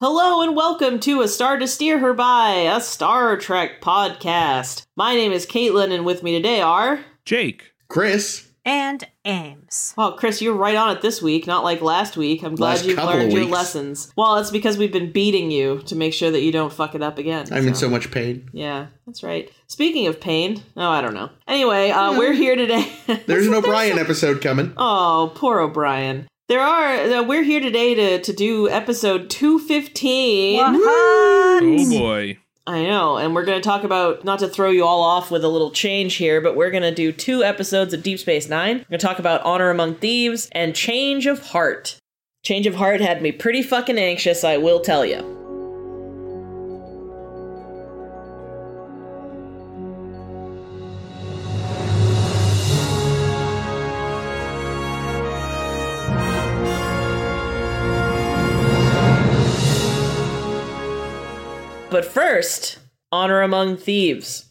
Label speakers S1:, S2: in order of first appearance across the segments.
S1: Hello and welcome to A Star to Steer Her By, a Star Trek podcast. My name is Caitlin, and with me today are.
S2: Jake.
S3: Chris,
S4: and Ames.
S1: Well, Chris, you're right on it this week, not like last week. I'm glad
S3: Last
S1: you've
S3: couple
S1: learned
S3: of
S1: your
S3: weeks.
S1: lessons. Well, it's because we've been beating you to make sure that you don't fuck it up again.
S3: I'm in so much pain.
S1: Yeah, that's right. Speaking of pain, oh, I don't know. Anyway, uh, we're here today.
S3: There's an O'Brien episode coming.
S1: oh, poor O'Brien. There are. Uh, we're here today to to do episode two fifteen.
S4: Um,
S2: Oh boy.
S1: I know, and we're going to talk about not to throw you all off with a little change here, but we're going to do two episodes of Deep Space Nine. We're going to talk about Honor Among Thieves and Change of Heart. Change of Heart had me pretty fucking anxious, I will tell you. But first, Honor Among Thieves.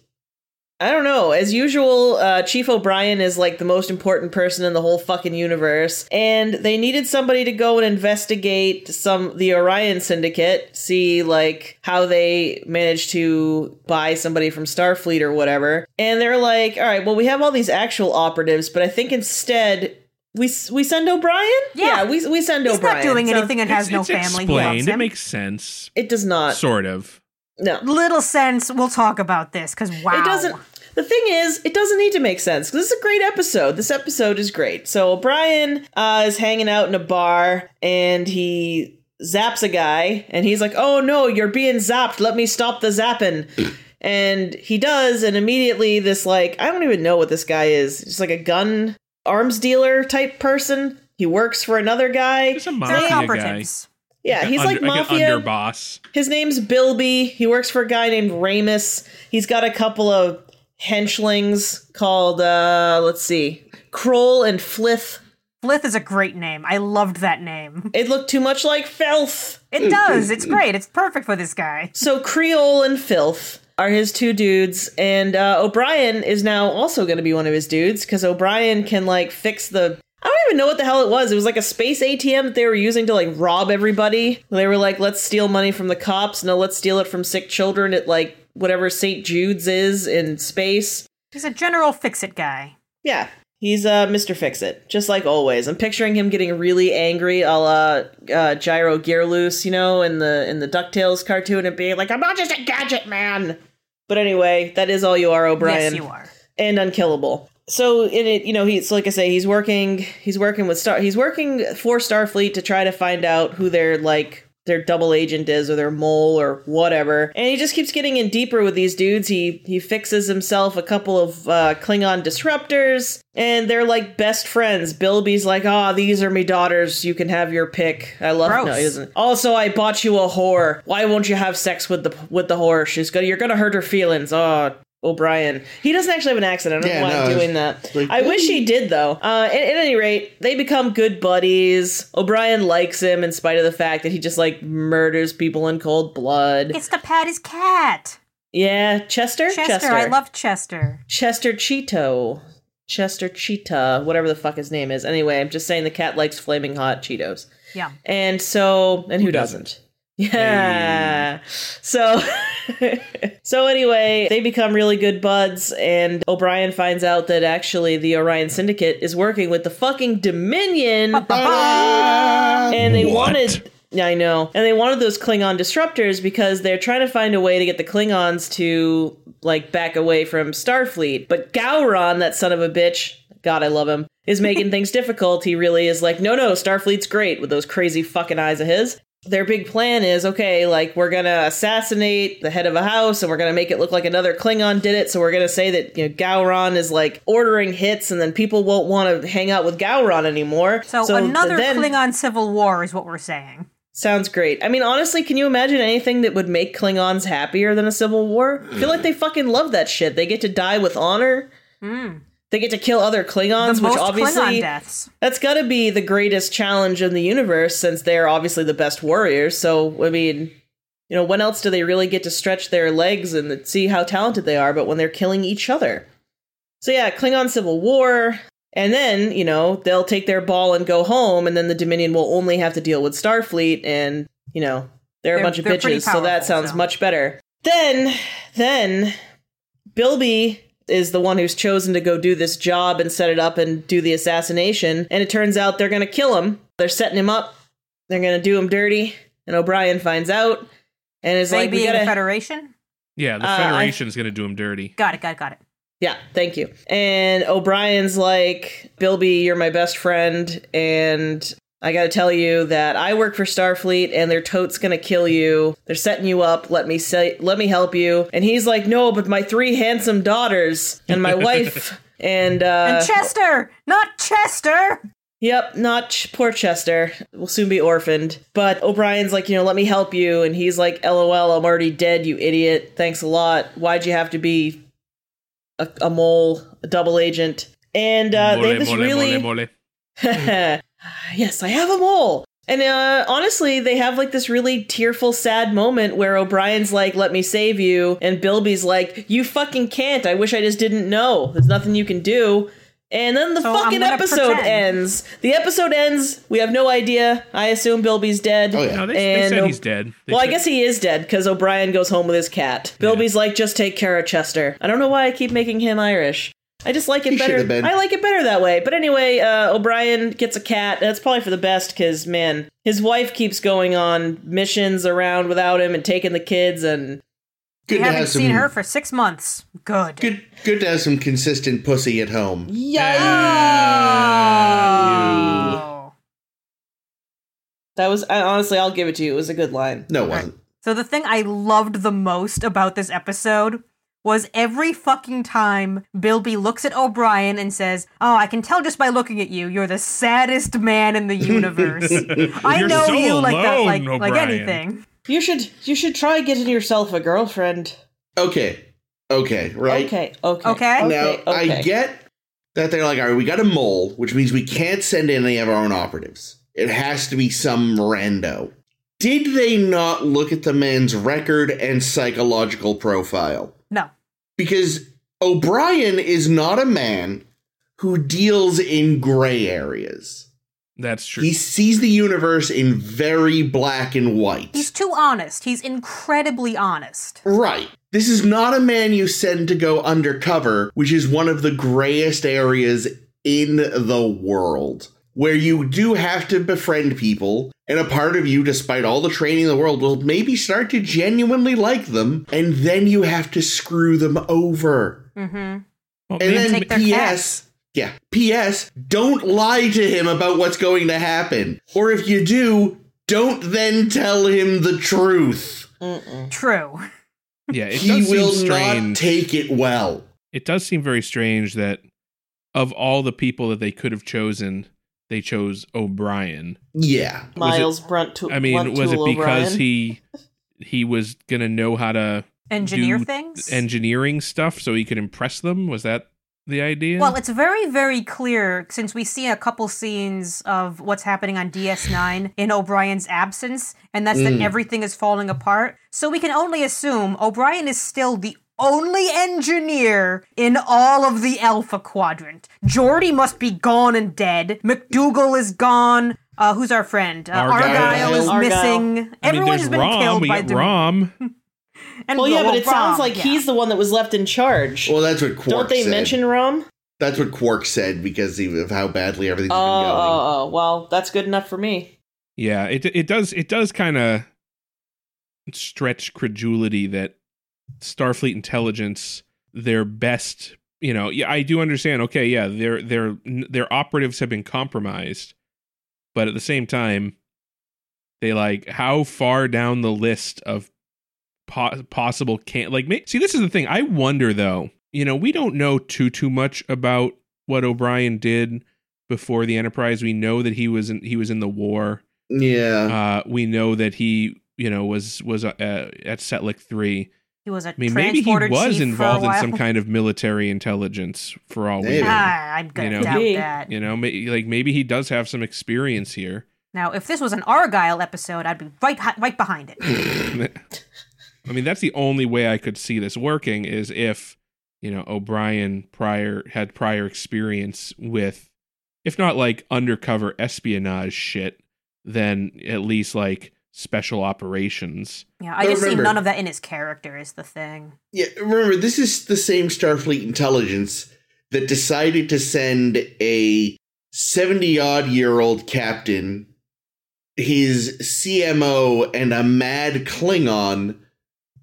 S1: I don't know. As usual, uh, Chief O'Brien is like the most important person in the whole fucking universe, and they needed somebody to go and investigate some the Orion Syndicate, see like how they managed to buy somebody from Starfleet or whatever. And they're like, "All right, well, we have all these actual operatives, but I think instead." We, s- we send O'Brien?
S4: Yeah.
S1: we, we send
S4: He's
S1: O'Brien.
S4: not doing
S1: So
S4: anything and has
S2: It's-
S4: no
S2: it's
S4: family. He
S2: Explained.
S4: loves
S2: It
S4: him.
S2: makes sense.
S1: It does not.
S2: Sort of.
S1: no.
S4: Little sense. We'll talk about this because wow,
S1: It doesn't. The thing is, it doesn't need to make sense 'cause this is a great episode. This episode is great. So O'Brien uh, is hanging out in a bar and he zaps a guy, and he's like, "Oh no, you're being zapped! Let me stop the zapping." and he does, and immediately this like I don't even know what this guy is. Just like a gun arms dealer type person. He works for another guy.
S2: It's a
S4: They're
S2: mafia guy.
S4: operatives.
S1: Yeah, he's like
S2: Under- like an
S1: mafia.
S2: underboss.
S1: His name's Bilby. He works for a guy named Ramus. He's got a couple of henchlings called, uh, let's see, Kroll and Flith.
S4: Flith is a great name. I loved that name.
S1: It looked too much like Filth.
S4: It does. It's great. It's perfect for this guy.
S1: So Creole and Filth are his two dudes, and uh, O'Brien is now also going to be one of his dudes because O'Brien can like fix the. I don't even know what the hell it was. It was like a space ATM that they were using to like rob everybody. They were like, let's steal money from the cops. No, let's steal it from sick children at like whatever St. Jude's is in space.
S4: He's a general fix-it guy.
S1: Yeah. He's uh, Mr. Fix It, just like always. I'm picturing him getting really angry, a la uh, Gyro Gearloose, you know, in the in the Ducktales cartoon, and being like, "I'm not just a gadget man." But anyway, that is all you are, O'Brien,
S4: Yes, you are.
S1: and unkillable. So in it, you know, he's like I say, he's working, he's working with Star, he's working for Starfleet to try to find out who their like their double agent is or their mole or whatever. And he just keeps getting in deeper with these dudes. He he fixes himself a couple of uh, Klingon disruptors, and they're like best friends. Bilby's like, ah, these are me daughters. You can have your pick. I love. No,
S4: Gross.
S1: he doesn't. Also, I bought you a whore. Why won't you have sex with the with the whore? She's gonna. You're gonna hurt her feelings. Oh. O'Brien. He doesn't actually have an accent. I don't
S3: Yeah,
S1: know why I'm
S3: no,
S1: doing
S3: it's-
S1: that.
S3: like-
S1: I wish he did though. Uh, at, at any rate, they become good buddies. O'Brien likes him in spite of the fact that he just like murders people in cold blood.
S4: It's to pat his cat.
S1: yeah, Chester.
S4: Chester, I love Chester.
S1: Chester Cheeto. Chester Cheetah, whatever the fuck his name is. Anyway, I'm just saying the cat likes flaming hot Cheetos.
S4: Yeah.
S1: And so, and who, doesn't? Yeah. So, so anyway, they become really good buds, and O'Brien finds out that actually the Orion Syndicate is working with the fucking Dominion,
S3: Ba-da!
S1: and they
S2: What?
S1: wanted. Yeah, I know. And they wanted those Klingon disruptors because they're trying to find a way to get the Klingons to like back away from Starfleet. But Gowron, that son of a bitch, God, I love him, is making things difficult. He really is like, no, no, Starfleet's great with those crazy fucking eyes of his. Their big plan is okay, like we're gonna assassinate the head of a house, and we're gonna make it look like another Klingon did it. So we're gonna say that you know Gowron is like ordering hits, and then people won't want to hang out with Gowron anymore.
S4: So, another
S1: then-
S4: Klingon civil war is what we're saying.
S1: Sounds great. I mean, honestly, can you imagine anything that would make Klingons happier than a civil war? I feel like they fucking love that shit. They get to die with honor. They get to kill other
S4: Hmm. The
S1: Klingons,
S4: most
S1: which
S4: Klingon
S1: obviously
S4: deaths.
S1: that's got to be the greatest challenge in the universe since they're obviously the best warriors. So, I mean, you know, when else do they really get to stretch their legs and see how talented they are but when they're killing each other? So, yeah, Klingon Civil War. And then, you know, they'll take their ball and go home, and then the Dominion will only have to deal with Starfleet, and, you know, They're, a
S4: They're-
S1: bunch of
S4: they're pretty
S1: bitches, so that
S4: powerful,
S1: sounds
S4: so.
S1: much better. Then, then, Bilby is the one who's chosen to go do this job and set it up and do the assassination. And it turns out they're going to kill him. They're setting him up. They're going to do him dirty. And O'Brien finds out and is
S4: They
S1: like, we
S4: being the
S1: gotta,
S4: Federation?
S2: Yeah, the
S1: Uh, I-
S2: Federation's going to do him dirty.
S4: Got it, got it, got it.
S1: yeah, thank you. And O'Brien's like, Bilby, you're my best friend, and I gotta tell you that I work for Starfleet, and their tote's gonna kill you. They're setting you up. Let me say, let me help you. And he's like, No, but my three handsome daughters and my wife and uh,
S4: and Chester! Not Chester!
S1: Yep, not Ch- poor Chester. Will soon be orphaned. But O'Brien's like, you know, let me help you. And he's like, LOL, I'm already dead, you idiot. Thanks a lot. Why'd you have to be a, a mole, a double agent? And uh, they
S2: Mole,
S1: have this
S2: mole,
S1: really.
S2: mole, mole.
S1: yes, I have a mole. And uh, honestly, they have like this really tearful, sad moment where O'Brien's like, let me save you. And Bilby's like, you fucking can't. I wish I just didn't know. There's nothing you can do. And then the
S4: So I'm
S1: fucking
S4: gonna
S1: episode
S4: pretend.
S1: ends. The episode ends. We have no idea. I assume Bilby's dead.
S3: Oh, yeah.
S2: No, they, they
S1: And
S2: said
S1: O-
S2: he's dead. They
S1: Well, I
S2: said-
S1: guess he is dead because O'Brien goes home with his cat. Bilby's like, just take care of Chester. I don't know why I keep making him Irish. I just like it
S3: He
S1: better.
S3: should've been.
S1: I like it better that way. But anyway, uh, O'Brien gets a cat. That's probably for the best because, man, his wife keeps going on missions around without him and taking the kids. And
S3: Good
S4: We
S3: to
S4: haven't
S3: have
S4: seen
S3: some
S4: her for six months. Good.
S3: good. Good to have some consistent pussy at home.
S2: Ah, you.
S4: Oh.
S1: that was, I, honestly, I'll give it to you. It was a good line.
S3: No, it wasn't.
S4: So the thing I loved the most about this episode was every fucking time Bilby looks at O'Brien and says, "Oh, I can tell just by looking at you, you're the saddest man in the universe. I
S2: You're
S4: know
S2: so
S4: you like that,
S2: alone,
S4: like like
S2: O'Brien."
S4: anything."
S1: You should, you should try getting yourself a girlfriend.
S3: Okay. Okay. Right.
S1: Okay, okay,
S4: Okay.
S3: Now
S1: okay.
S3: I get that they're like, all right, we got a mole, which means we can't send in any of our own operatives. It has to be some rando. Did they not look at the man's record and psychological profile?
S4: No,
S3: Because O'Brien is not a man who deals in gray areas.
S2: That's true.
S3: He sees the universe in very black and white.
S4: he's too honest. He's incredibly honest.
S3: Right. This is not a man you send to go undercover, which is one of the grayest areas in the world, where you do have to befriend people, and a part of you, despite all the training in the world, will maybe start to genuinely like them, and then you have to screw them over.
S4: Mm-hmm.
S2: Well,
S3: And
S2: maybe-
S3: then
S4: take their
S3: P.S. Yeah. P.S. Don't lie to him about what's going to happen. Or if you do, don't then tell him the truth.
S1: Mm-mm.
S4: True.
S2: yeah, it
S3: he
S2: does
S3: will
S2: seem
S3: not
S2: strange.
S3: take it well.
S2: it does seem very strange that of all the people that they could have chosen, they chose O'Brien.
S3: Yeah.
S2: Was it-
S1: Miles Brunt.
S2: I mean, was it
S1: Luntool
S2: because
S1: O'Brien.
S2: he he was gonna know how to
S4: Engineer
S2: Do
S4: things.
S2: engineering stuff so he could impress them? Was that the idea?
S4: Well, it's very, very clear since we see a couple scenes of what's happening on DS9 in O'Brien's absence, and that's that
S3: Mm.
S4: everything is falling apart. So we can only assume O'Brien is still the only engineer in all of the Alpha Quadrant. Geordi must be gone and dead. McDougal is gone. Uh, who's our friend? Uh,
S2: Argyle.
S4: Argyle. is
S1: Argyle.
S4: missing.
S2: I mean,
S4: Everyone
S2: there's
S4: has been
S2: Rom.
S4: killed
S2: we
S4: by
S2: got Rom.
S4: And
S1: Well, yeah, but it sounds
S4: Rom,
S1: like
S4: yeah.
S1: he's the one that was left in charge.
S3: Well, that's what Quark
S1: Don't they
S3: said.
S1: mention Rom?
S3: that's what Quark said because he- of how badly everything's
S1: Oh,
S3: been going.
S1: oh, oh, well, that's good enough for me.
S2: Yeah, it it does it does kind of stretch credulity that Starfleet intelligence their best, you know, yeah, I do understand. Okay, yeah, their their their operatives have been compromised, but at the same time they like how far down the list of po- possible can like ma- see this is the thing. I wonder though. You know, we don't know too too much about what O'Brien did before the Enterprise. We know that he was in, he was in the war
S4: Uh-huh.
S3: Yeah.
S2: uh, we know that he you know was was uh, at Setlik three.
S4: He was a
S2: I mean, maybe he
S4: transporter
S2: was
S4: chief
S2: involved
S4: for a
S2: in
S4: while.
S2: some kind of military intelligence for all we
S3: Maybe.
S2: know.
S4: Ah, I'm gonna
S2: You know,
S4: doubt
S1: Maybe.
S4: that.
S2: You know, may, like maybe he does have some experience here.
S4: Now, if this was an Argyle episode, I'd be right hi- right behind it.
S2: I mean, that's the only way I could see this working is if you know O'Brien prior had prior experience with, if not like undercover espionage shit, then at least like special operations.
S4: Yeah, I
S3: But
S4: just see
S3: remember-
S4: none of that in his character is the thing.
S3: Yeah, remember, this is the same Starfleet intelligence that decided to send a 70 odd year old captain, his CMO, and a mad Klingon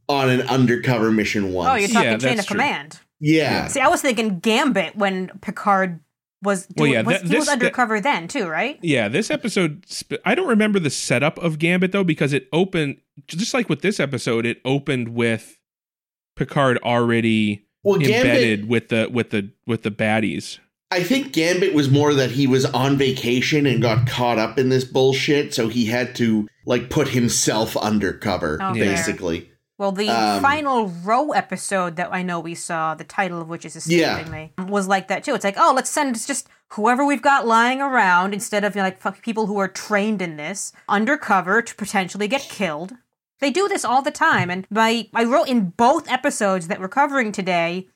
S3: on an undercover mission once.
S4: Oh, you're talking
S2: Yeah,
S4: chain
S2: that's
S4: of
S2: true.
S4: command.
S3: yeah.
S4: See, I was thinking Gambit when Picard was
S2: Well,
S4: doing,
S2: yeah,
S4: was,
S2: that-
S4: he
S2: this-
S4: was
S2: that-
S4: undercover then too, right?
S2: Yeah, this episode, sp- I don't remember the setup of Gambit though, because it opened, just like with this episode, it opened with Picard already
S3: Well, Gambit,
S2: embedded with the with the with the baddies.
S3: I think Gambit was more that he was on vacation and got caught up in this bullshit, so he had to, like, put himself undercover,
S4: Oh,
S2: fair.
S3: basically.
S4: Well, the
S3: Um,
S4: final row episode that I know we saw, the title of which is
S3: Yeah.
S4: escaping me, was like that too. It's like, oh, let's send just whoever we've got lying around instead of you know, like fuck people who are trained in this undercover to potentially get killed. They do this all the time, and my I wrote in both episodes that we're covering today.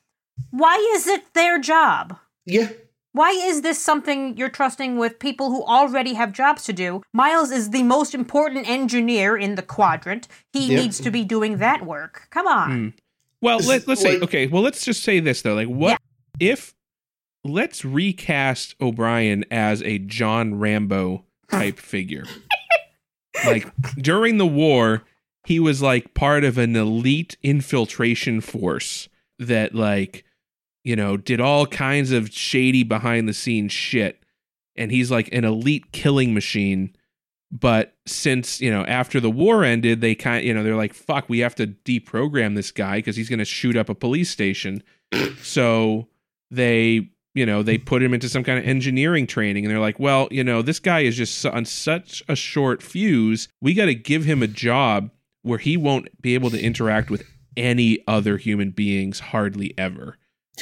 S4: Why is it their job?
S3: Yeah.
S4: Why is this something you're trusting with people who already have jobs to do? Miles is the most important engineer in the quadrant. He
S3: Yep.
S4: needs to be doing that work. Come on.
S2: Well, let, let's say
S3: Like-
S2: okay. Well, let's just say this though. Like, what if let's recast O'Brien as a John Rambo type figure? Like during the war, he was like part of an elite infiltration force that like you know did all kinds of shady behind the scenes shit, and he's like an elite killing machine. But since you know after the war ended, they kind you know they're like fuck, we have to deprogram this guy because he's going to shoot up a police station. so they you know they put him into some kind of engineering training, and they're like, well, you know this guy is just su- on such a short fuse. We got to give him a job where he won't be able to interact with any other human beings hardly ever.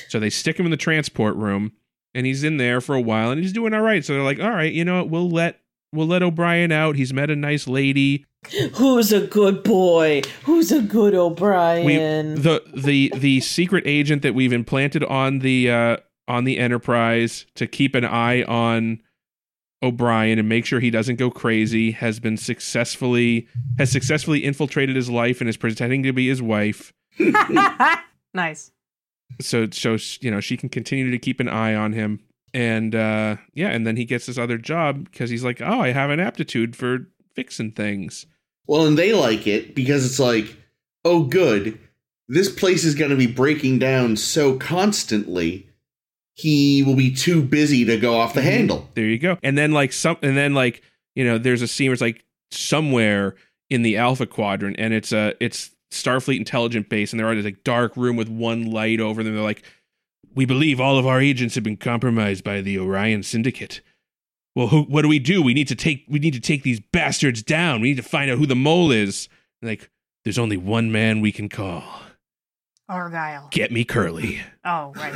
S2: So they stick him in the transport room, and he's in there for a while, and he's doing all right. So they're like, all right, you know what, we'll let we'll let O'Brien out. He's met a nice lady.
S1: Who's a good boy? Who's a good
S2: We
S1: O'Brien?
S2: the the the secret agent that we've implanted on the uh on the Enterprise to keep an eye on O'Brien and make sure he doesn't go crazy has been successfully has successfully infiltrated his life and is pretending to be his wife.
S4: nice.
S2: so so sh- you know she can continue to keep an eye on him and uh yeah and then he gets this other job because he's like oh i have an aptitude for fixing things
S3: Well, and they like it because it's like, oh, good. This place is going to be breaking down so constantly, he will be too busy to go off the
S2: Mhm.
S3: handle.
S2: there you go and then like some and then like you know there's a scene where it's like somewhere in the alpha quadrant and it's a it's starfleet intelligent base and they're in this like dark room with one light over them they're like we believe all of our agents have been compromised by the orion syndicate well who, what do we do we need to take we need to take these bastards down we need to find out who the mole is And, like there's only one man we can call
S4: Argyle.
S2: get me curly
S4: Oh, right.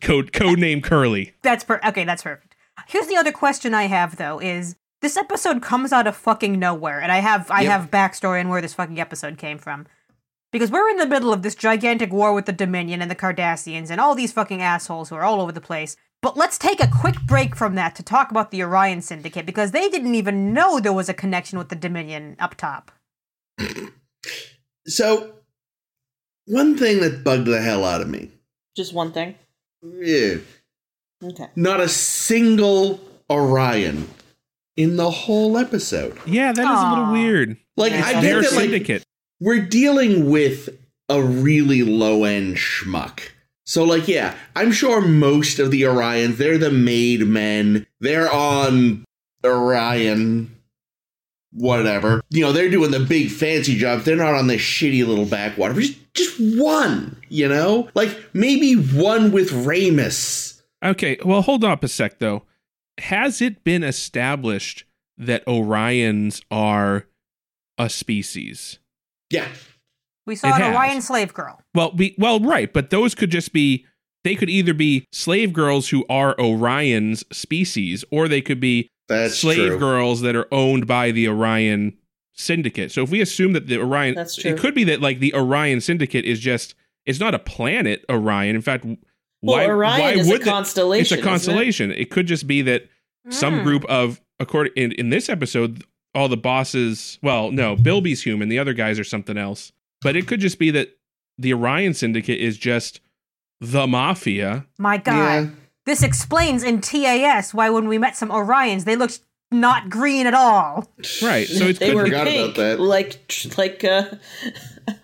S2: code code name curly
S4: That's per- okay. That's perfect. Here's the other question I have though: is this episode comes out of fucking nowhere, and I have I
S3: Yep.
S4: have backstory on where this fucking episode came from, because we're in the middle of this gigantic war with the Dominion and the Cardassians and all these fucking assholes who are all over the place. But let's take a quick break from that to talk about the Orion Syndicate because they didn't even know there was a connection with the Dominion up top.
S3: So, one thing that bugged the hell out of me
S1: Just one thing.
S3: yeah,
S1: Okay.
S3: not a single Orion in the whole episode.
S2: yeah that is a little
S4: Aw.
S2: weird
S3: Like,
S1: Yeah,
S3: I
S2: their
S1: think
S3: get that, like,
S2: syndicate
S3: we're dealing with a really low end schmuck. So, like, yeah, I'm sure most of the Orions, they're the made men. They're on Orion, whatever. You know, they're doing the big fancy jobs. They're not on this shitty little backwater. Just, just one, you know? Like, maybe one with Ramus.
S2: Okay, well, hold up a sec though. Has it been established that Orions are a species?
S3: Yeah.
S4: We saw
S2: It
S4: an
S2: has.
S4: Orion slave girl.
S2: Well, be, well, right, but those could just be they could either be slave girls who are Orion's species, or they could be
S3: That's
S2: slave
S3: true.
S2: girls that are owned by the Orion syndicate. So if we assume that the Orion
S1: That's true.
S2: it could be that like the Orion syndicate is just it's not a planet Orion. In fact, why
S1: well, Orion
S2: why
S1: is a
S2: would they-
S1: constellation. isn't
S2: it's a
S1: it? Hmm.
S2: constellation. It? could just be that some
S4: Mm.
S2: group of according in, in this episode all the bosses. Well, no, Bilby's human. The other guys are something else. But it could just be that the Orion Syndicate is just the mafia.
S4: My God.
S3: Yeah.
S4: This explains in TAS why when we met some Orions, they looked not green at all.
S2: Right. So it
S1: they
S2: could
S1: were
S3: Forgot about
S1: pink,
S3: that.
S1: like tr- like uh,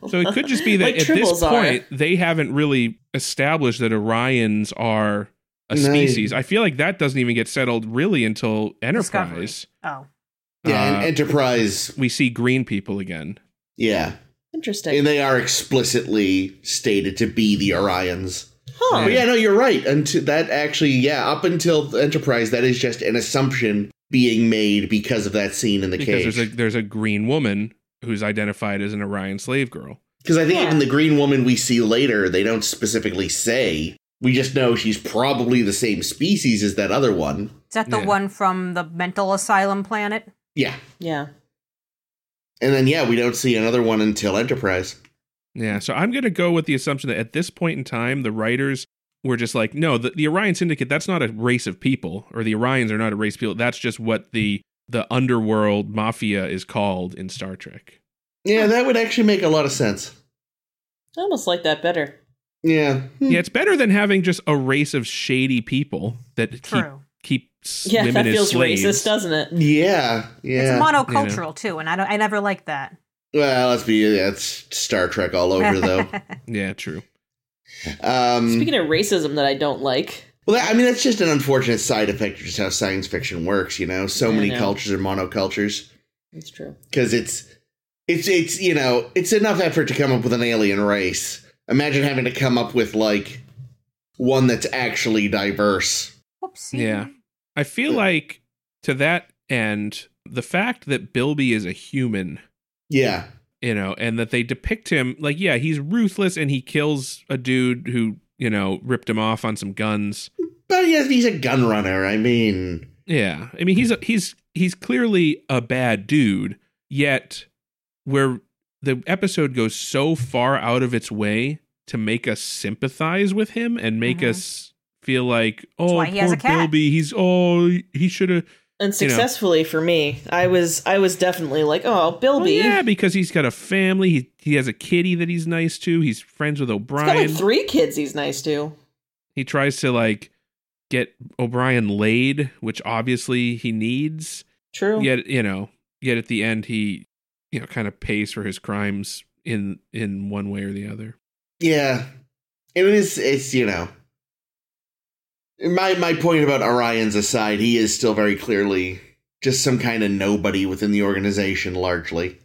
S2: so it could just be that
S1: Like
S2: at this
S1: tribbles are.
S2: point they haven't really established that Orions are a
S3: No.
S2: species. I feel like that doesn't even get settled really until
S4: Discovery.
S2: Enterprise.
S4: Oh.
S3: Yeah,
S2: Uh,
S3: and Enterprise.
S2: we see green people again.
S3: Yeah,
S1: interesting.
S3: and they are explicitly stated to be the Orions.
S1: huh.
S3: But yeah, no, you're right. Until that actually, yeah, up until Enterprise, that is just an assumption being made because of that scene in the
S2: because
S3: cage.
S2: there's a there's a green woman who's identified as an Orion slave girl.
S3: Because I think
S1: Yeah.
S3: even the Green Woman we see later, they don't specifically say. We just know she's probably the same species as that other one.
S4: Is that the
S2: Yeah.
S4: one from the mental asylum planet?
S3: Yeah,
S1: Yeah.
S3: and then yeah, we don't see another one until Enterprise.
S2: Yeah, so I'm going to go with the assumption that at this point in time, the writers were just like, no, the, the Orion Syndicate, that's not a race of people, or the Orions are not a race of people. That's just what the the underworld mafia is called in Star Trek.
S3: Yeah, that would actually make a lot of sense.
S1: I almost like that better.
S3: Yeah,
S1: Hmm.
S2: Yeah, it's better than having just a race of shady people that keep
S4: True.
S2: keep s-
S1: Yeah,
S2: women
S1: that
S2: as
S1: feels
S2: slaves.
S1: racist, doesn't it?
S3: yeah, yeah.
S4: It's monocultural too, and I don't I never liked that.
S3: well, let's be that's Star Trek all over though.
S2: Yeah, true.
S3: Um,
S1: Speaking of racism that I don't like.
S3: Well, that- I mean, that's just an unfortunate side effect of just how science fiction works. You know, so
S1: Yeah, I
S3: many
S1: know.
S3: cultures are monocultures
S1: It's true.
S3: because it's, it's, it's you know, it's enough effort to come up with an alien race. Imagine having to come up with like one that's actually diverse.
S4: Whoopsie.
S2: Yeah. I feel like to that end, the fact that Bilby is a human
S3: Yeah,
S2: you know, and that they depict him like, yeah, he's ruthless and he kills a dude who, you know, ripped him off on some guns.
S3: but yes, he's a gun runner. I mean,
S2: Yeah. I mean, he's a, he's he's clearly a bad dude, yet where the episode goes so far out of its way to make us sympathize with him and make
S4: Mhm.
S2: us feel like, oh,
S4: why he has
S2: poor
S4: a cat."
S2: Bilby, he's oh, he should have
S1: And
S2: You know.
S1: successfully for me, I was I was definitely like, oh,
S2: well,
S1: Bilby.
S2: yeah, because he's got a family. He he has a kitty that he's nice to. He's friends with
S1: He's got
S2: O'Brien.
S1: like three kids he's nice to.
S2: he tries to like get O'Brien laid, which obviously he needs.
S1: True.
S2: Yet, you know, yet at the end he, you know, kind of pays for his crimes in in one way or the other.
S3: yeah, it is. It's you know, my my point about Orion's aside, he is still very clearly just some kind of nobody within the organization, largely.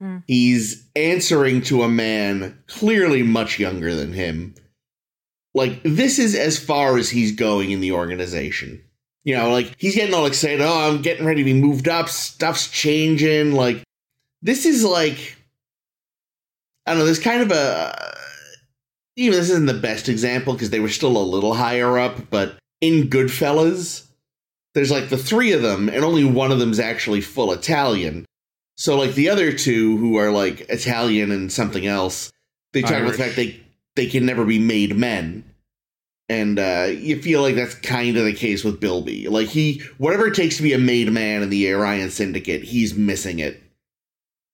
S4: Hmm.
S3: He's answering to a man clearly much younger than him. Like, this is as far as he's going in the organization. You know, like, he's getting all excited. Oh, I'm getting ready to be moved up. Stuff's changing. Like, this is like, I don't know, there's kind of a. Even this isn't the best example because they were still a little higher up, but in Goodfellas, there's like the three of them, and only one of them's actually full Italian. So like the other two who are like Italian and something else, they talk about
S2: Irish.
S3: the fact they they can never be made men. And uh, you feel like that's kind of the case with Bilby. Like he, whatever it takes to be a made man in the Orion Syndicate, he's missing it,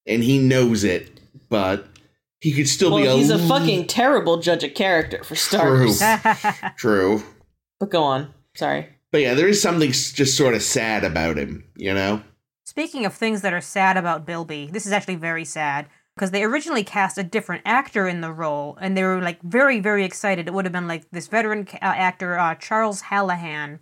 S3: and he knows it. But he could still be.
S1: Well,
S3: a
S1: he's a
S3: l-
S1: fucking terrible judge of character for
S3: True.
S1: starters.
S3: True.
S1: But go on. Sorry.
S3: But yeah, there is something s- just sort of sad about him, you know?
S4: Speaking of things that are sad about Bilby, this is actually very sad because they originally cast a different actor in the role, and they were like very, very excited. It would have been like this veteran ca- uh, actor uh, Charles Hallahan,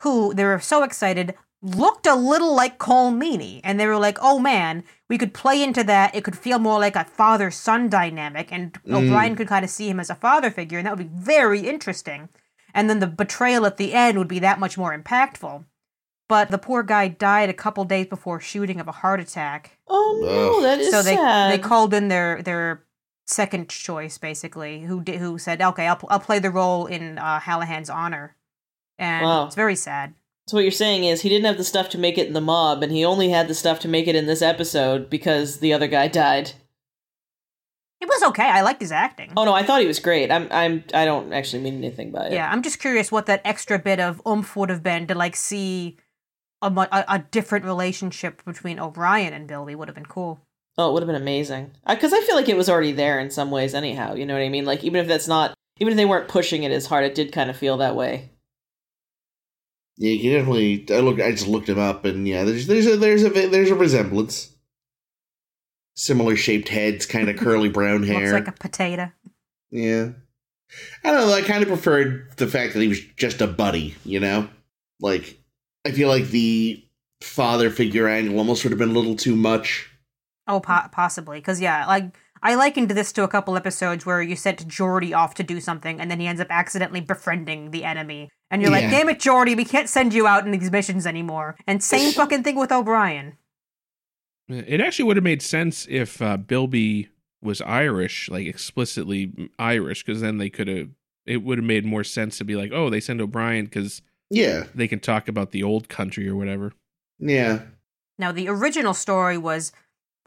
S4: who they were so excited looked a little like Cole Meany, and they were like, "Oh man, we could play into that. It could feel more like a father-son dynamic, and O'Brien could kind of see him as a father figure, and that would be very interesting." And then the betrayal at the end would be that much more impactful but the poor guy died a couple days before shooting of a heart attack.
S1: Oh no,
S3: Ugh.
S1: that is
S4: so they
S1: sad.
S4: they called in their their second choice basically, who di- who said, "Okay, I'll, pl- I'll play the role in uh, Hallahan's honor," and
S1: Wow.
S4: it's very sad.
S1: so what you're saying is he didn't have the stuff to make it in the mob, and he only had the stuff to make it in this episode because the other guy died.
S4: It was okay. I liked his acting.
S1: Oh no, I thought he was great. I'm I'm I don't actually mean anything by it.
S4: yeah, I'm just curious what that extra bit of oomph would have been to like see a, mu- a, a different relationship between O'Brien and Billy would have been cool.
S1: Oh, it would have been amazing. Because I feel like it was already there in some ways, anyhow. You know what I mean? Like, even if that's not, even if they weren't pushing it as hard, it did kind of feel that way.
S3: Yeah, you can definitely. I look. I just looked him up, and yeah, there's there's a there's a there's a resemblance. Similar shaped heads, kind of curly brown
S4: Looks
S3: hair.
S4: like a potato.
S3: yeah, I don't know. I kind of preferred the fact that he was just a buddy. You know, like I feel like the father figure angle almost would have been a little too much.
S4: Oh, po- possibly. Because, yeah, like, I likened this to a couple episodes where you sent Jordy off to do something and then he ends up accidentally befriending the enemy. And you're like,
S3: Yeah.
S4: damn it, Jordy, we can't send you out in these missions anymore. And same fucking thing with O'Brien.
S2: Eh, It actually would have made sense if uh, Bilby was Irish, like explicitly Irish, because then they could have. It would have made more sense to be like, oh, they send O'Brien because
S3: Yeah,
S2: they can talk about the old country or whatever.
S3: yeah,
S4: Now, the original story was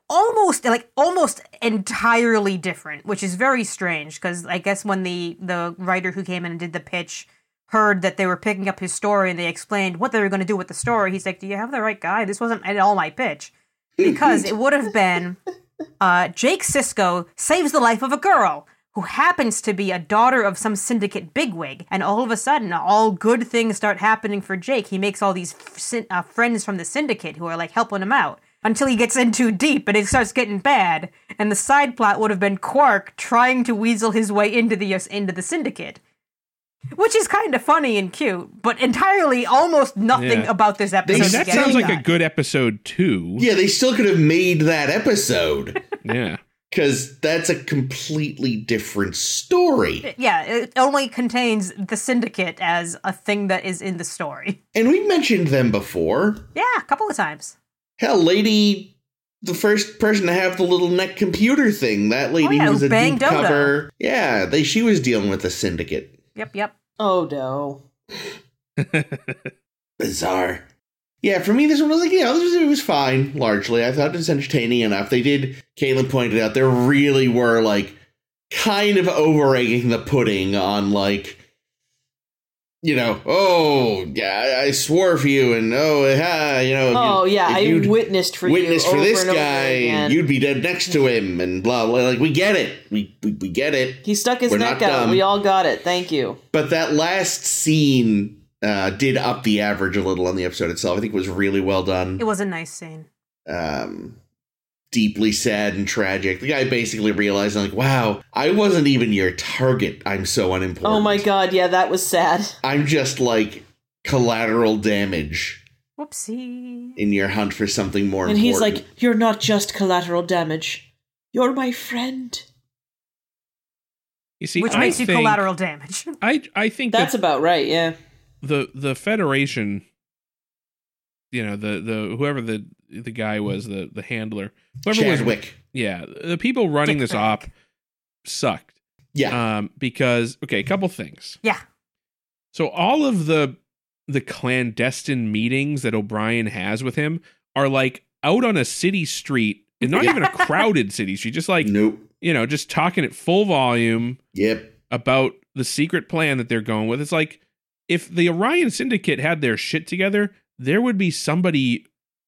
S4: almost like almost entirely different, which is very strange because I guess when the the writer who came in and did the pitch heard that they were picking up his story and they explained what they were going to do with the story, he's like, "Do you have the right guy? This wasn't at all my pitch." Because it would have been uh, Jake Sisko saves the life of a girl who happens to be a daughter of some syndicate bigwig, and all of a sudden, all good things start happening for Jake. He makes all these f- syn- uh, friends from the syndicate who are like helping him out until he gets in too deep and it starts getting bad. And the side plot would have been Quark trying to weasel his way into the uh, into the syndicate. Which is kind of funny and cute, but entirely almost nothing
S2: Yeah.
S4: about this episode.
S2: I mean,
S3: They
S2: that
S4: together.
S2: sounds like
S3: that.
S2: a good episode too.
S3: yeah. They still could have made that episode
S2: yeah.
S3: because that's a completely different story.
S4: yeah, it only contains the syndicate as a thing that is in the story.
S3: And we mentioned them before.
S4: Yeah, a couple of times.
S3: Hell, lady, the first person to have the little neck computer thing. That lady
S4: Oh, yeah,
S3: who was a
S4: Bang
S3: deep
S4: Dodo.
S3: cover. Yeah, they she was dealing with a syndicate.
S4: Yep, yep.
S1: Oh, no.
S3: Bizarre. Yeah, for me, this one was like, you know, this was, it was fine, largely. I thought it was entertaining enough. They did, Caitlin pointed out, there really were, like, kind of over egging the pudding on, like, you know, oh, yeah, I, I swore for you, and oh, ha, you know. if you-
S1: Oh, yeah.
S3: if
S1: I
S3: you'd-
S1: witnessed for
S3: witness
S1: you.
S3: for
S1: over
S3: this
S1: and over
S3: guy,
S1: again.
S3: you'd be dead next to him, and blah blah. Like we get it, we we, we get it.
S1: He stuck his
S3: We're
S1: neck
S3: not
S1: out.
S3: dumb.
S1: We all got it. Thank you.
S3: But that last scene uh, did up the average a little on the episode itself. I think it was really well done.
S4: It was a nice scene.
S3: Um, deeply sad and tragic. The guy basically realized, like, wow, I wasn't even your target. I'm so unimportant.
S1: Oh, my God. Yeah, that was sad.
S3: I'm just like collateral damage
S4: Whoopsie.
S3: in your hunt for something more.
S1: And he's
S3: important.
S1: like, You're not just collateral damage. You're my friend.
S2: You see,
S4: Which
S2: I
S4: makes you
S2: think-
S4: collateral damage.
S2: I I think
S1: That's
S2: that's
S1: about right, yeah.
S2: the the Federation. You know the the whoever the the guy was the the handler whoever was
S3: Chadwick.
S2: yeah the people running
S4: Dick
S2: this
S4: Frank.
S2: op sucked
S1: Uh,
S3: Yeah,
S2: um because okay a couple things
S4: Yeah.
S2: so all of the the clandestine meetings that O'Brien has with him are like out on a city street and not even a crowded city street just like
S3: nope.
S2: you know just talking at full volume
S3: Yep.
S2: about the secret plan that they're going with. It's like if the Orion Syndicate had their shit together, there would be somebody,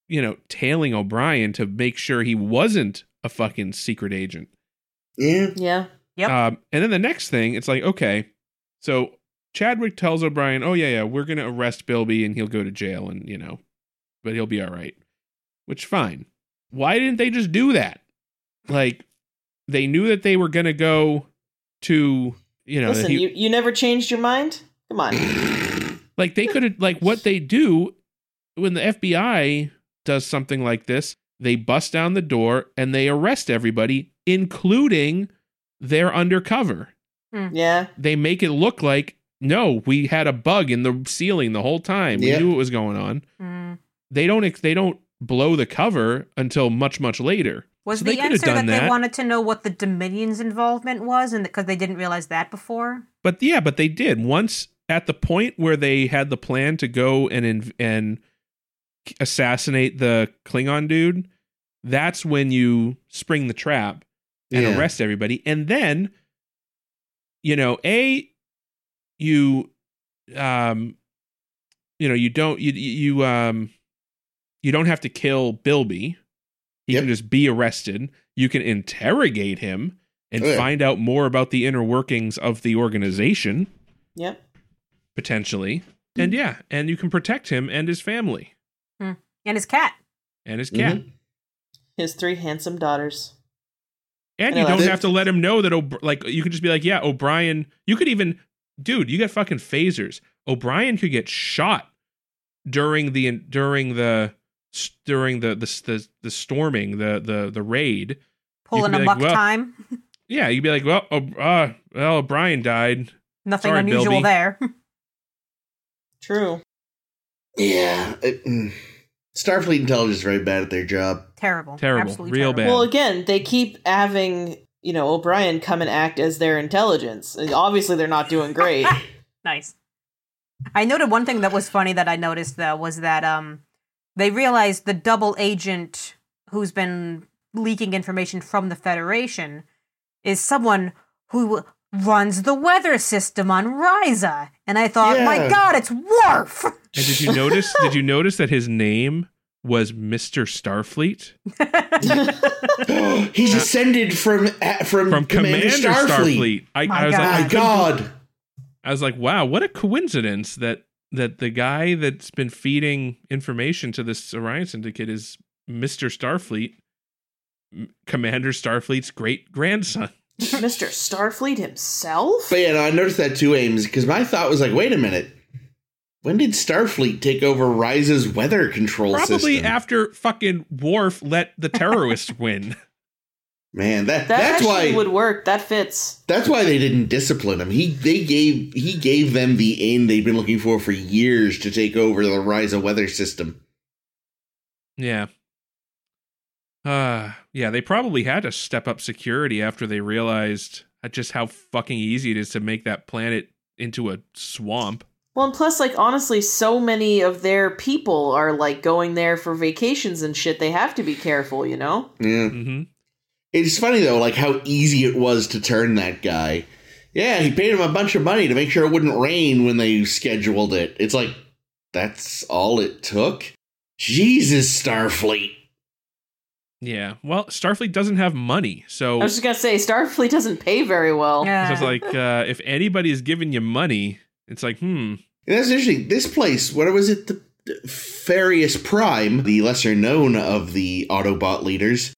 S2: you know, tailing O'Brien to make sure he wasn't a fucking secret agent.
S3: Yeah.
S1: Yeah.
S4: Yep.
S2: Um, and then the next thing, it's like, okay, so Chadwick tells O'Brien, oh, yeah, yeah, we're going to arrest Bilby and he'll go to jail and, you know, but he'll be all right, which fine. Why didn't they just do that? Like, they knew that they were going to go to, you know, that
S1: Listen,
S2: he-
S1: you, you never changed your mind? Come on.
S2: Like they could have like what they do when the FBI does something like this, they bust down the door and they arrest everybody, including their undercover.
S1: yeah.
S2: They make it look like no, we had a bug in the ceiling the whole time.
S3: Yeah.
S2: We knew what was going on.
S4: Mm.
S2: They don't ex- they don't blow the cover until much much later.
S4: Was
S2: So they
S4: the
S2: could have
S4: answer that,
S2: done
S4: they
S2: that.
S4: wanted to know what the Dominion's involvement was and because they didn't realize that before?
S2: But yeah, but they did once at the point where they had the plan to go and inv- and assassinate the Klingon dude. That's when you spring the trap and
S3: Yeah.
S2: arrest everybody, and then you know, a you um, you know, you don't you you um You don't have to kill Bilby. He
S3: Yep.
S2: can just be arrested. You can interrogate him and
S3: Oh, yeah.
S2: find out more about the inner workings of the organization
S1: Yep.
S2: potentially. And yeah, and you can protect him and his family
S4: and his cat.
S2: and his cat.
S1: His three handsome daughters.
S2: And
S1: I
S2: you
S1: know
S2: don't
S3: that.
S2: have to let him know that, O'B- like, you could just be like, yeah, O'Brien. You could even, dude, you got fucking phasers. O'Brien could get shot during the during the during the the the, the storming the the the raid.
S4: Pulling
S2: can be
S4: a
S2: like,
S4: muck
S2: well-
S4: time.
S2: Yeah, you'd be like, well, O- uh, well, O'Brien died.
S4: Nothing
S2: Sorry,
S4: unusual
S2: Bilby.
S4: there.
S1: True.
S3: Yeah. it- mm. Starfleet intelligence is very bad at their job.
S4: terrible.
S2: Terrible.
S4: Absolutely
S2: Real
S4: terrible.
S2: Yeah. bad.
S1: Well, again, they keep having you know O'Brien come and act as their intelligence. And Obviously, they're not doing great.
S4: Nice. I noted one thing that was funny that I noticed though was that um they realized the double agent who's been leaking information from the Federation is someone who runs the weather system on Riza. And I thought,
S3: Yeah.
S4: my god, it's Worf.
S2: And did you notice? did you notice that his name was Mister Starfleet?
S3: He's ascended from uh, from,
S2: from Commander, Starfleet. I,
S4: My
S2: I was
S4: God.
S2: like, I
S1: Uh,
S3: My
S2: couldn't believe-
S3: God.
S2: I was like, wow, what a coincidence that that the guy that's been feeding information to this Orion Syndicate is Mister Starfleet, M- Commander Starfleet's great grandson.
S1: Mr. Starfleet himself?
S3: But yeah, no, I noticed that too, Ames, because my thought was like, wait a minute. When did Starfleet take over Rise's weather control
S2: Probably
S3: system?
S2: after fucking Worf let the terrorists win.
S3: Man, that,
S1: That
S3: that's
S1: actually
S3: why
S1: would work. That fits.
S3: that's why they didn't discipline him. He they gave he gave them the aim they've been looking for for years to take over the Rise weather system.
S2: Yeah. Uh yeah, they probably had to step up security after they realized uh, just how fucking easy it is to make that planet into a swamp.
S1: Well, and plus, like, honestly, so many of their people are, like, going there for vacations and shit. They have to be careful, you know?
S3: Yeah.
S2: Mm-hmm.
S3: It's funny though, like how easy it was to turn that guy. Yeah, he paid him a bunch of money to make sure it wouldn't rain when they scheduled it. It's like that's all it took. Jesus, Starfleet.
S2: Yeah. Well, Starfleet doesn't have money, so
S1: I was just gonna say, Starfleet doesn't pay very well.
S4: Yeah.
S2: So it's like uh, if anybody's giving you money, it's like, hmm,
S3: And that's interesting. This place, what was it? The the Farius Prime, the lesser known of the Autobot leaders,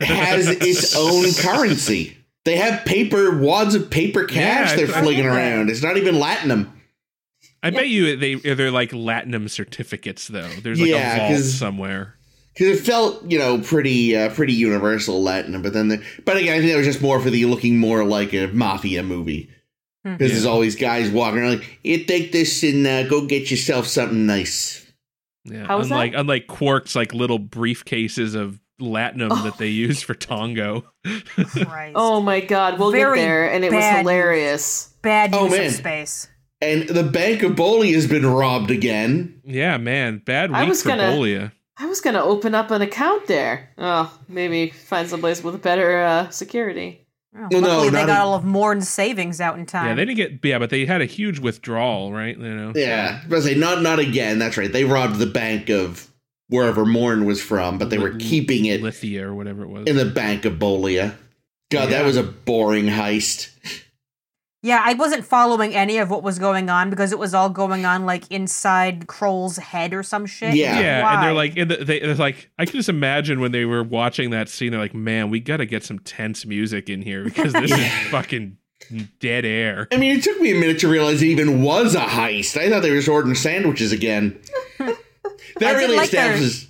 S3: has its own currency. They have paper wads of paper cash
S2: Yeah,
S3: they're
S2: I- I
S3: flinging
S1: like that.
S3: around. It's not even latinum.
S2: I bet you they they're like latinum certificates though. There's like
S3: Yeah,
S2: a vault
S3: 'cause-
S2: somewhere.
S3: Because it felt, you know, pretty uh, pretty universal Latin, but then, the, but again, I think that was just more for the looking more like a mafia movie.
S4: Hmm.
S3: Because there's always guys walking around like, "You take this and uh, go get yourself something nice."
S2: Yeah.
S1: How is that?
S2: unlike unlike Quark's like little briefcases of latinum
S1: Oh.
S2: that they use for Tongo.
S4: Christ.
S1: Oh my god, we'll
S4: Very
S1: get there, and it was
S4: bad
S1: hilarious.
S4: bad use
S3: Oh, man.
S4: of space.
S3: And the Bank of Boli has been robbed again.
S2: yeah, man, bad
S1: I
S2: week
S1: was
S2: for
S1: gonna-
S2: Bolia.
S1: I was gonna open up an account there. Oh, maybe find someplace with better uh, security.
S4: Oh,
S3: Well, no,
S4: luckily they
S3: not
S4: got
S3: a-
S4: all of Morn's savings out in time.
S2: Yeah, they didn't get. Yeah, but they had a huge withdrawal, right? You know.
S3: Yeah, but I say not not again. That's right. They robbed the bank of wherever Morn was from, but they were
S2: Li-
S3: keeping it
S2: Lithia or whatever it was.
S3: in the Bank of Bolia. God,
S2: Yeah.
S3: that was a boring heist.
S4: Yeah, I wasn't following any of what was going on because it was all going on like inside Kroll's head or some shit.
S3: Yeah.
S2: yeah, and
S4: Why?
S2: they're like, and they, they're like, I can just imagine when they were watching that scene. They're like, man, we got to get some tense music in here because this is fucking dead air.
S3: I mean, it took me a minute to realize it even was a heist. I thought they were just ordering sandwiches again.
S4: I
S3: that
S4: did
S3: really
S4: like their-
S3: establishes.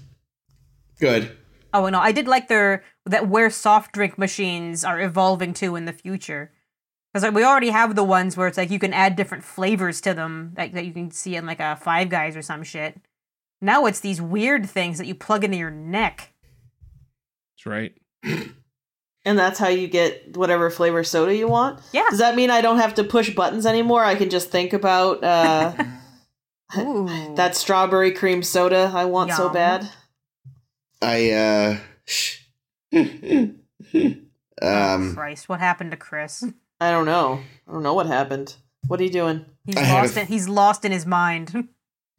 S3: Good.
S4: Oh no, I did like their that where soft drink machines are evolving to in the future. Because like, we already have the ones where it's like you can add different flavors to them, like that you can see in like a Five Guys or some shit. Now it's these weird things that you plug into your neck.
S2: That's right.
S1: And that's how you get whatever flavor soda you want.
S4: Yeah.
S1: Does that mean I don't have to push buttons anymore? I can just think about uh,
S4: Ooh.
S1: that strawberry cream soda I want so
S4: Yum.
S1: bad.
S3: I uh
S2: Oh,
S4: um,
S3: um
S4: Christ, what happened to Chris?
S1: I don't know. I don't know what happened. What are you doing?
S4: He's
S3: I had a-
S4: lost it. He's lost in his mind.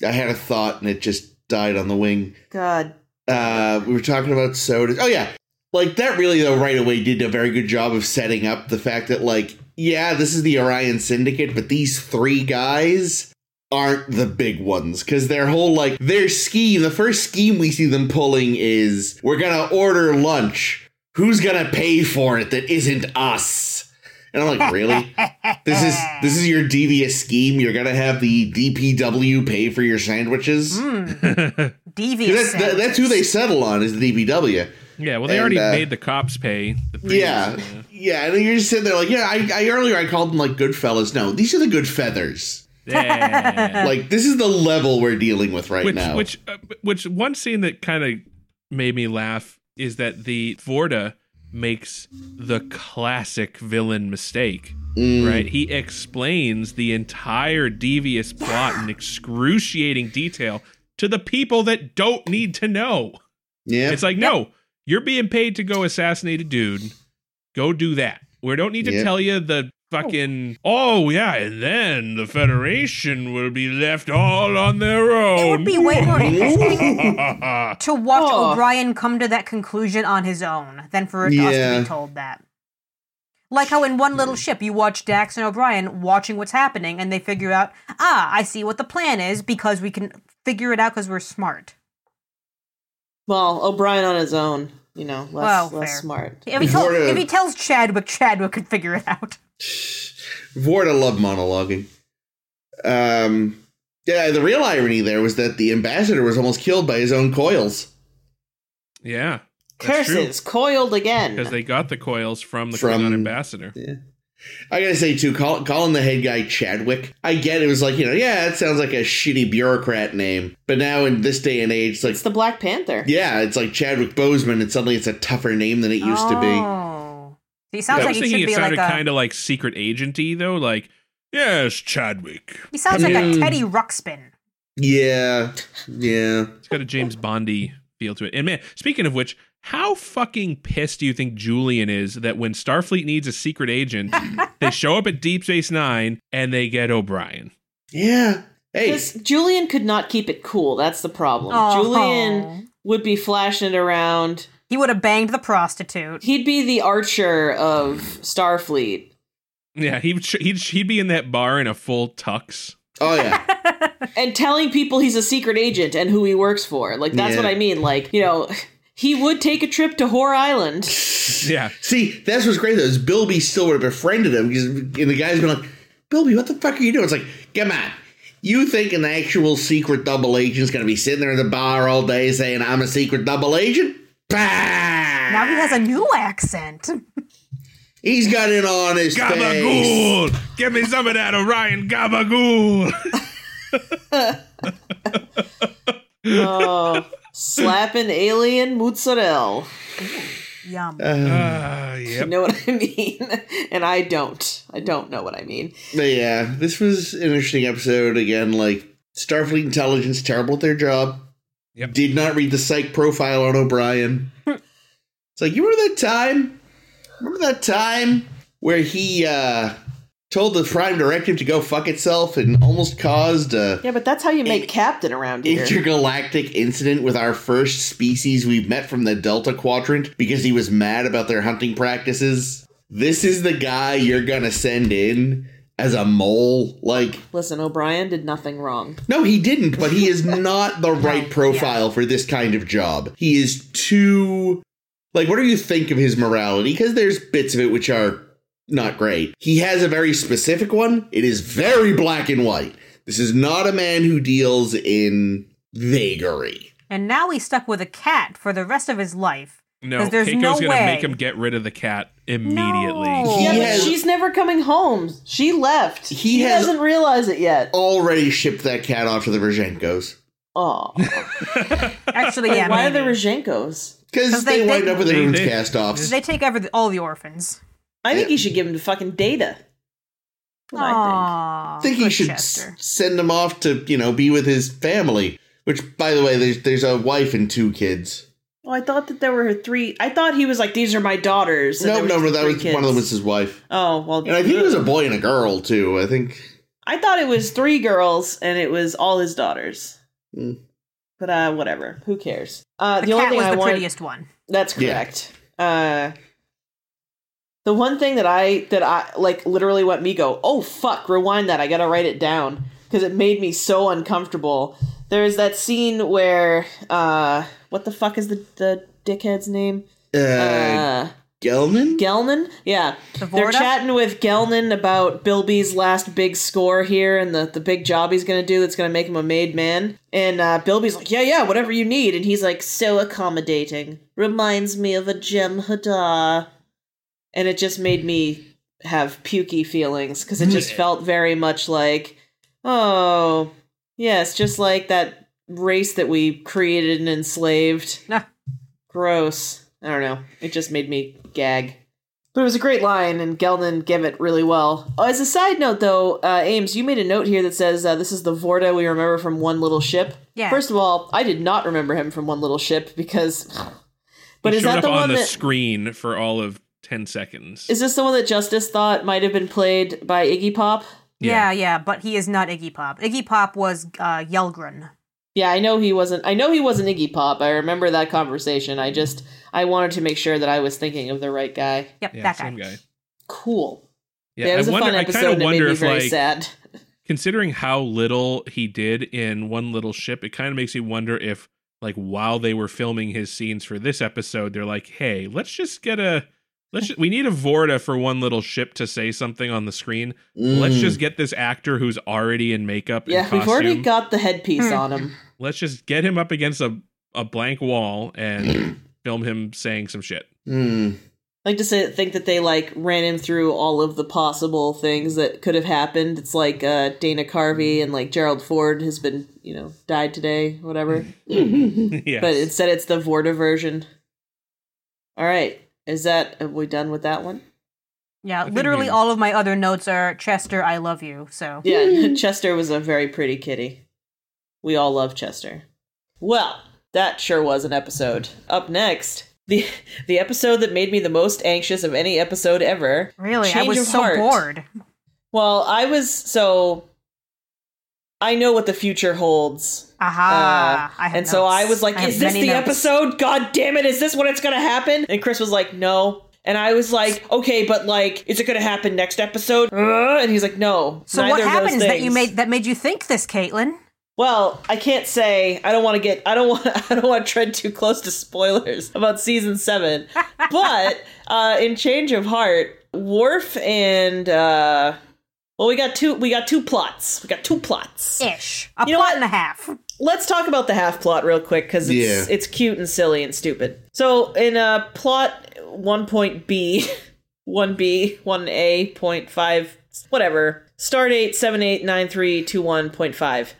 S3: I had a thought and it just died on the wing.
S1: God.
S3: Uh, we were talking about sodas. Oh yeah, like that really though right away did a very good job of setting up the fact that like yeah this is the Orion Syndicate, but these three guys aren't the big ones because their whole like their scheme. The first scheme we see them pulling is we're gonna order lunch. Who's gonna pay for it that isn't us? And I'm like, really? this is this is your devious scheme. You're gonna have the DPW pay for your sandwiches.
S4: Devious.
S3: That's, that, that's who they settle on is the DPW.
S2: yeah, well, they
S3: And,
S2: already
S3: uh,
S2: made the cops pay. The previous-
S3: Yeah, yeah. And then you're just sitting there like, yeah. I, I earlier I called them like good fellas. No, these are the good feathers.
S2: Yeah.
S3: Like this is the level we're dealing with right
S2: which,
S3: now.
S2: which, uh, which one scene that kind of made me laugh is that the Vorta makes the classic villain mistake.
S3: Mm.
S2: Right, he explains the entire devious plot in excruciating detail to the people that don't need to know.
S3: Yeah.
S2: It's like, no, you're being paid to go assassinate a dude. Go do that. We don't need to
S3: Yep.
S2: tell you the fucking. Oh. yeah, and then the Federation will be left all on their own.
S4: It would be way more interesting
S2: yeah,
S4: to watch
S1: Oh.
S4: O'Brien come to that conclusion on his own than for us to
S3: Yeah. Mm.
S4: be told that. Like how in one little ship you watch Dax and O'Brien watching what's happening and they figure out, ah, I see what the plan is because we can figure it out because we're smart.
S1: Well, O'Brien on his own, you know, less,
S4: Well,
S1: less
S4: fair.
S1: smart.
S4: If he, told,
S3: Sort of.
S4: if he tells Chadwick, Chadwick could figure it out.
S3: Vorta love monologuing. Um. Yeah. The real irony there was that the ambassador was almost killed by his own coils
S2: that's true.
S1: Curses, coiled again.
S2: Because they got the coils from the
S3: From-
S2: Klingon ambassador.
S3: I gotta say too, call, calling the head guy Chadwick. I get it was like you know, yeah, that sounds like a shitty bureaucrat name, but now in this day and age, it's like
S1: it's the Black Panther.
S3: yeah, it's like Chadwick Boseman, and suddenly it's a tougher name than it used to be.
S4: Oh. He sounds
S2: I
S4: like
S2: was
S4: he
S2: thinking
S4: should
S2: it
S4: be like
S2: sounded
S4: a.
S2: kind of like secret agenty though. Like, yes, Chadwick.
S4: he sounds like a
S1: Mm.
S4: Teddy Ruxpin.
S3: Yeah, yeah.
S2: It's got a James Bondy feel to it. And man, speaking of which, how fucking pissed do you think Julian is that when Starfleet needs a secret agent, they show up at Deep Space Nine and they get O'Brien?
S3: Yeah. Hey,
S1: Because Julian could not keep it cool. That's the problem.
S4: Oh.
S1: Julian would be flashing it around.
S4: He would have banged the prostitute.
S1: He'd be the archer of Starfleet.
S2: Yeah, he'd he'd he'd be in that bar in a full tux.
S3: oh yeah,
S1: And telling people he's a secret agent and who he works for. Like, that's
S3: Yeah.
S1: what I mean. Like, you know, he would take a trip to Whore Island.
S2: Yeah,
S3: see, that's what's great though. Is Bilby still would have befriended him? Because and the guy's been like, Bilby, what the fuck are you doing? It's like, come on. You think an actual secret double agent's gonna be sitting there in the bar all day saying, "I'm a secret double agent"? Bah!
S4: Now he has a new accent.
S3: He's got it on his face.
S2: Gabagool, give me some of that Orion Gabagool.
S1: Oh, slapping alien mozzarella.
S4: Yum.
S3: Uh,
S2: Ah,
S1: You
S2: yep.
S1: know what I mean? And I don't. I don't know what I mean.
S3: But yeah, this was an interesting episode. Again, like Starfleet intelligence, terrible at their job.
S2: Yep.
S3: Did not read the psych profile on O'Brien. it's like you remember that time? Remember that time where he uh, told the Prime Directive to go fuck itself and almost caused a
S1: Yeah, but that's how you make captain around here.
S3: intergalactic incident with our first species we've met from the Delta Quadrant because he was mad about their hunting practices. This is the guy you're gonna send in as a mole, like.
S1: Listen, O'Brien did nothing wrong.
S3: No, he didn't, but he is not the right profile for this kind of job. He is too. Like, what do you think of his morality? Because there's bits of it which are not great. He has a very specific one, it is very black and white. This is not a man who deals in vagary.
S4: And now he's stuck with a cat for the rest of his life.
S2: No,
S4: 'Cause there's
S2: Keiko's
S4: no
S2: gonna
S4: way.
S2: make him get rid of the cat immediately.
S4: No.
S1: Yeah,
S3: has-
S1: but she's never coming home. She left.
S3: He
S1: He,
S3: has-
S1: doesn't realize it yet.
S3: Already shipped that cat off to the Verzhenkos.
S1: Oh,
S4: Actually, yeah.
S1: why are the
S4: maybe.
S1: Rezhenkos?
S3: Because
S4: 'Cause they
S3: they, wind
S4: didn't-
S3: up with their
S2: They
S3: roots
S2: did.
S3: cast offs.
S4: They take over the, all the orphans.
S1: I think you should give him to fucking Data. That's what I
S3: I
S4: Aww,
S3: think he should s- send him off to, you know, be with his family. Which, by the way, there's, there's a wife and two kids.
S1: think. Oh, I thought that there were three. I thought he was like, "These are my daughters." and
S3: No,
S1: there was
S3: no, no,
S1: just
S3: that
S1: three
S3: was
S1: kids.
S3: one of them was his wife,
S1: Oh well,
S3: and I think it was a boy and a girl too. I think Hmm.
S1: I thought it was three girls, and it was all his daughters. But uh, whatever. Who cares? Uh,
S4: The,
S1: the, only
S4: cat
S1: thing
S4: was
S1: I
S4: the
S1: want.
S4: prettiest one.
S1: That's
S3: Yeah.
S1: correct. Uh, the one thing that I that I like literally let me go. Oh fuck! Rewind that. I gotta write it down because it made me so uncomfortable. There's that scene where uh, what the fuck is the the dickhead's name?
S3: Uh,
S1: Uh,
S3: Gelman?
S1: Gelman. Yeah,
S4: The
S1: they're
S4: Vorta?
S1: chatting with Gelman about Bilby's last big score here and the, the big job he's going to do that's going to make him a made man. And uh, Bilby's like, yeah, yeah, whatever you need. And he's like, so accommodating. Reminds me of a Jem Hadar. And it just made me have pukey feelings because it just felt very much like, oh, yes, just like that race that we created and enslaved.
S4: Nah.
S1: Gross. I don't know. It just made me gag. But it was a great line, and Gelman gave it really well. Oh, as a side note, though, uh, Ames, you made a note here that says uh, this is the Vorta we remember from One Little Ship.
S4: Yeah.
S1: First of all, I did not remember him from One Little Ship because. But
S2: He
S1: is
S2: showed
S1: that
S2: up
S1: the
S2: on
S1: one
S2: the
S1: that
S2: screen for all of ten seconds?
S1: is this the one that Justice thought might have been played by Iggy Pop?
S4: Yeah. yeah, but he is not Iggy Pop. Iggy Pop was uh, Yelgren.
S1: Yeah, I know he wasn't. I know he wasn't Iggy Pop. I remember that conversation. I just I wanted to make sure that I was thinking of the right guy.
S4: Yep,
S2: Yeah,
S4: that guy.
S2: same guy.
S1: Cool.
S2: Yeah,
S1: it was
S2: I
S1: a
S2: wonder.
S1: fun
S2: I
S1: episode.
S2: kind of
S1: and it made
S2: wonder
S1: me
S2: if
S1: very
S2: like
S1: sad.
S2: considering how little he did in one little ship, it kind of makes me wonder if, like, while they were filming his scenes for this episode, they're like, "Hey, let's just get a, let's just, we need a Vorta for one little ship to say something on the screen. Let's
S3: Mm.
S2: just get this actor who's already in makeup. and
S1: Yeah, we've already
S2: costume.
S1: got the headpiece
S4: Hmm.
S1: on him.
S2: Let's just get him up against a a blank wall and film him saying some shit.
S3: Mm.
S1: like to say think that they like ran him through all of the possible things that could have happened. It's like uh, Dana
S2: Hmm.
S1: Carvey and like Gerald Ford has been you know died today, whatever.
S2: yeah,
S1: But instead, it's the Vorta version. All right, is that are we done with that one?
S4: Yeah,
S2: think
S4: literally
S2: we-
S4: all of my other notes are Chester, I love you. So
S1: Yeah, Chester was a very pretty kitty. We all love Chester. Well, that sure was an episode. Up next, the the episode that made me the most anxious of any episode ever.
S4: really, I
S1: Change
S4: was
S1: of
S4: so
S1: heart.
S4: bored.
S1: Well, I was so I know what the future holds. uh,
S4: Aha! Ah, I
S1: and
S4: have
S1: so
S4: notes.
S1: I was like,
S4: have
S1: is this
S4: many
S1: the
S4: notes.
S1: episode? God damn it, is this when it's going to happen? And Chris was like, no. And I was like, okay, but like, is it going to happen next episode? Uh, and he's like, no.
S4: So
S1: neither
S4: what
S1: of those
S4: happens that you
S1: things.
S4: made that made you think this, Caitlin?
S1: Well, I can't say. I don't want to get. I don't want. I don't want to tread too close to spoilers about season seven. but uh, in Change of Heart, Worf and uh, well, we got two. We got two plots. We got two plots.
S4: Ish, a
S1: You know
S4: plot
S1: what?
S4: and a half.
S1: Let's talk about the half plot real quick because it's
S3: Yeah.
S1: it's cute and silly and stupid. So in uh, plot one point B, one B, one A point five, whatever. Start eight seven eight nine three two one point five.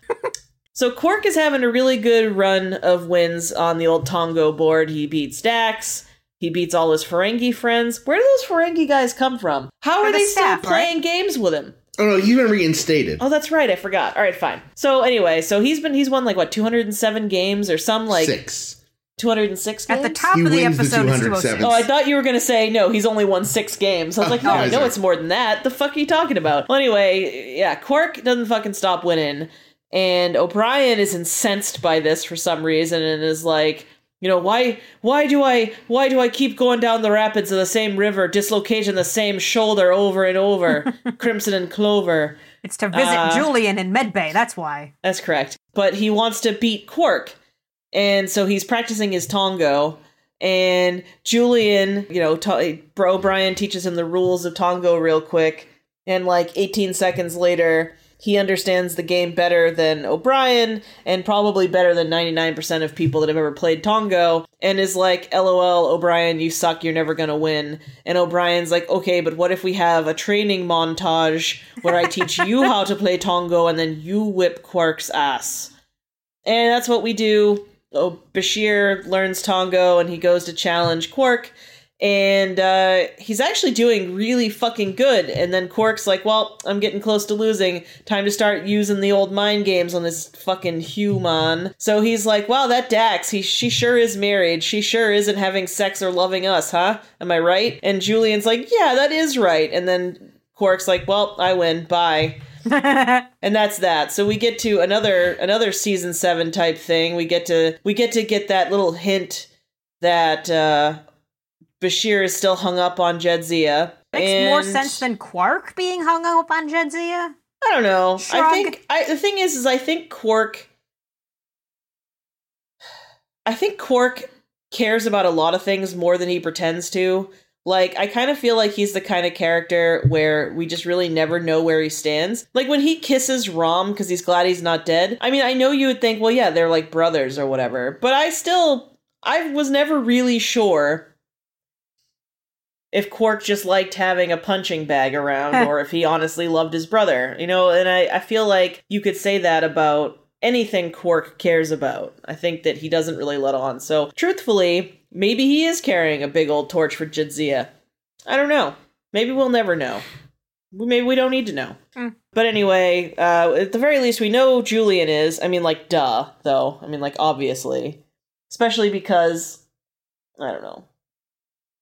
S1: So Quark is having a really good run of wins on the old Tongo board. He beats Dax. He beats all his Ferengi friends. Where do those Ferengi guys come from? How are
S4: They're the
S1: they
S4: staff,
S1: still playing games with him?
S3: Oh no, he's been reinstated.
S1: Oh, that's right. I forgot. All right, fine. So anyway, so he's been he's won like what 207 games or some like
S3: Six.
S1: 206 games.
S4: At the top
S3: He
S4: of the
S3: wins the
S4: episode, it's
S3: 207th.
S4: 206.
S1: Oh, I thought you were going to say no, he's only won 6 games. I was like, "No, I know
S3: Kaiser.
S1: it's more than that. The fuck are you talking about?" Well, anyway, yeah, Quark doesn't fucking stop winning. And O'Brien is incensed by this for some reason and is like, you know, why why do I why do I keep going down the rapids of the same river, dislocating the same shoulder over and over, crimson and clover?
S4: It's to visit
S1: Uh,
S4: Julian in Medbay. That's why.
S1: That's correct. But he wants to beat Quark. And so he's practicing his Tongo. And Julian, you know, ta- Bro Brian teaches him the rules of Tongo real quick. And like 18 seconds later, he understands the game better than O'Brien and probably better than 99% of people that have ever played Tongo. And is like, LOL, O'Brien, you suck. You're never going to win. And O'Brien's like, okay, but what if we have a training montage where I teach you how to play Tongo and then you whip Quark's ass? And that's what we do. Oh, Bashir learns Tongo and he goes to challenge Quark. And uh, he's actually doing really fucking good. And then Quark's like, well, I'm getting close to losing. Time to start using the old mind games on this fucking human. So he's like, wow, that Dax, he, she sure is married. She sure isn't having sex or loving us, huh? Am I right? And Julian's like, yeah, that is right. And then Quark's like, well, I win. Bye. and that's that. So we get to another another season seven type thing. We get to we get to get that little hint that uh, Bashir is still hung up on Jedzia.
S4: Makes
S1: and
S4: more sense than Quark being hung up on Jedzia.
S1: I don't know.
S4: Shrug.
S1: I think I, the thing is, is I think Quark. I think Quark cares about a lot of things more than he pretends to. Like, I kind of feel like he's the kind of character where we just really never know where he stands. Like, when he kisses Rom because he's glad he's not dead, I mean, I know you would think, well, yeah, they're like brothers or whatever, but I still, I was never really sure if Quark just liked having a punching bag around or if he honestly loved his brother, you know? And I, I feel like you could say that about anything Quark cares about. I think that he doesn't really let on. So, truthfully, maybe he is carrying a big old torch for Jadzia. I don't know. Maybe we'll never know. We- Maybe we don't need to know.
S4: Hmm.
S1: But anyway, uh, at the very least, we know Julian is. I mean, like, duh, though. I mean, like, obviously. Especially because, I don't know.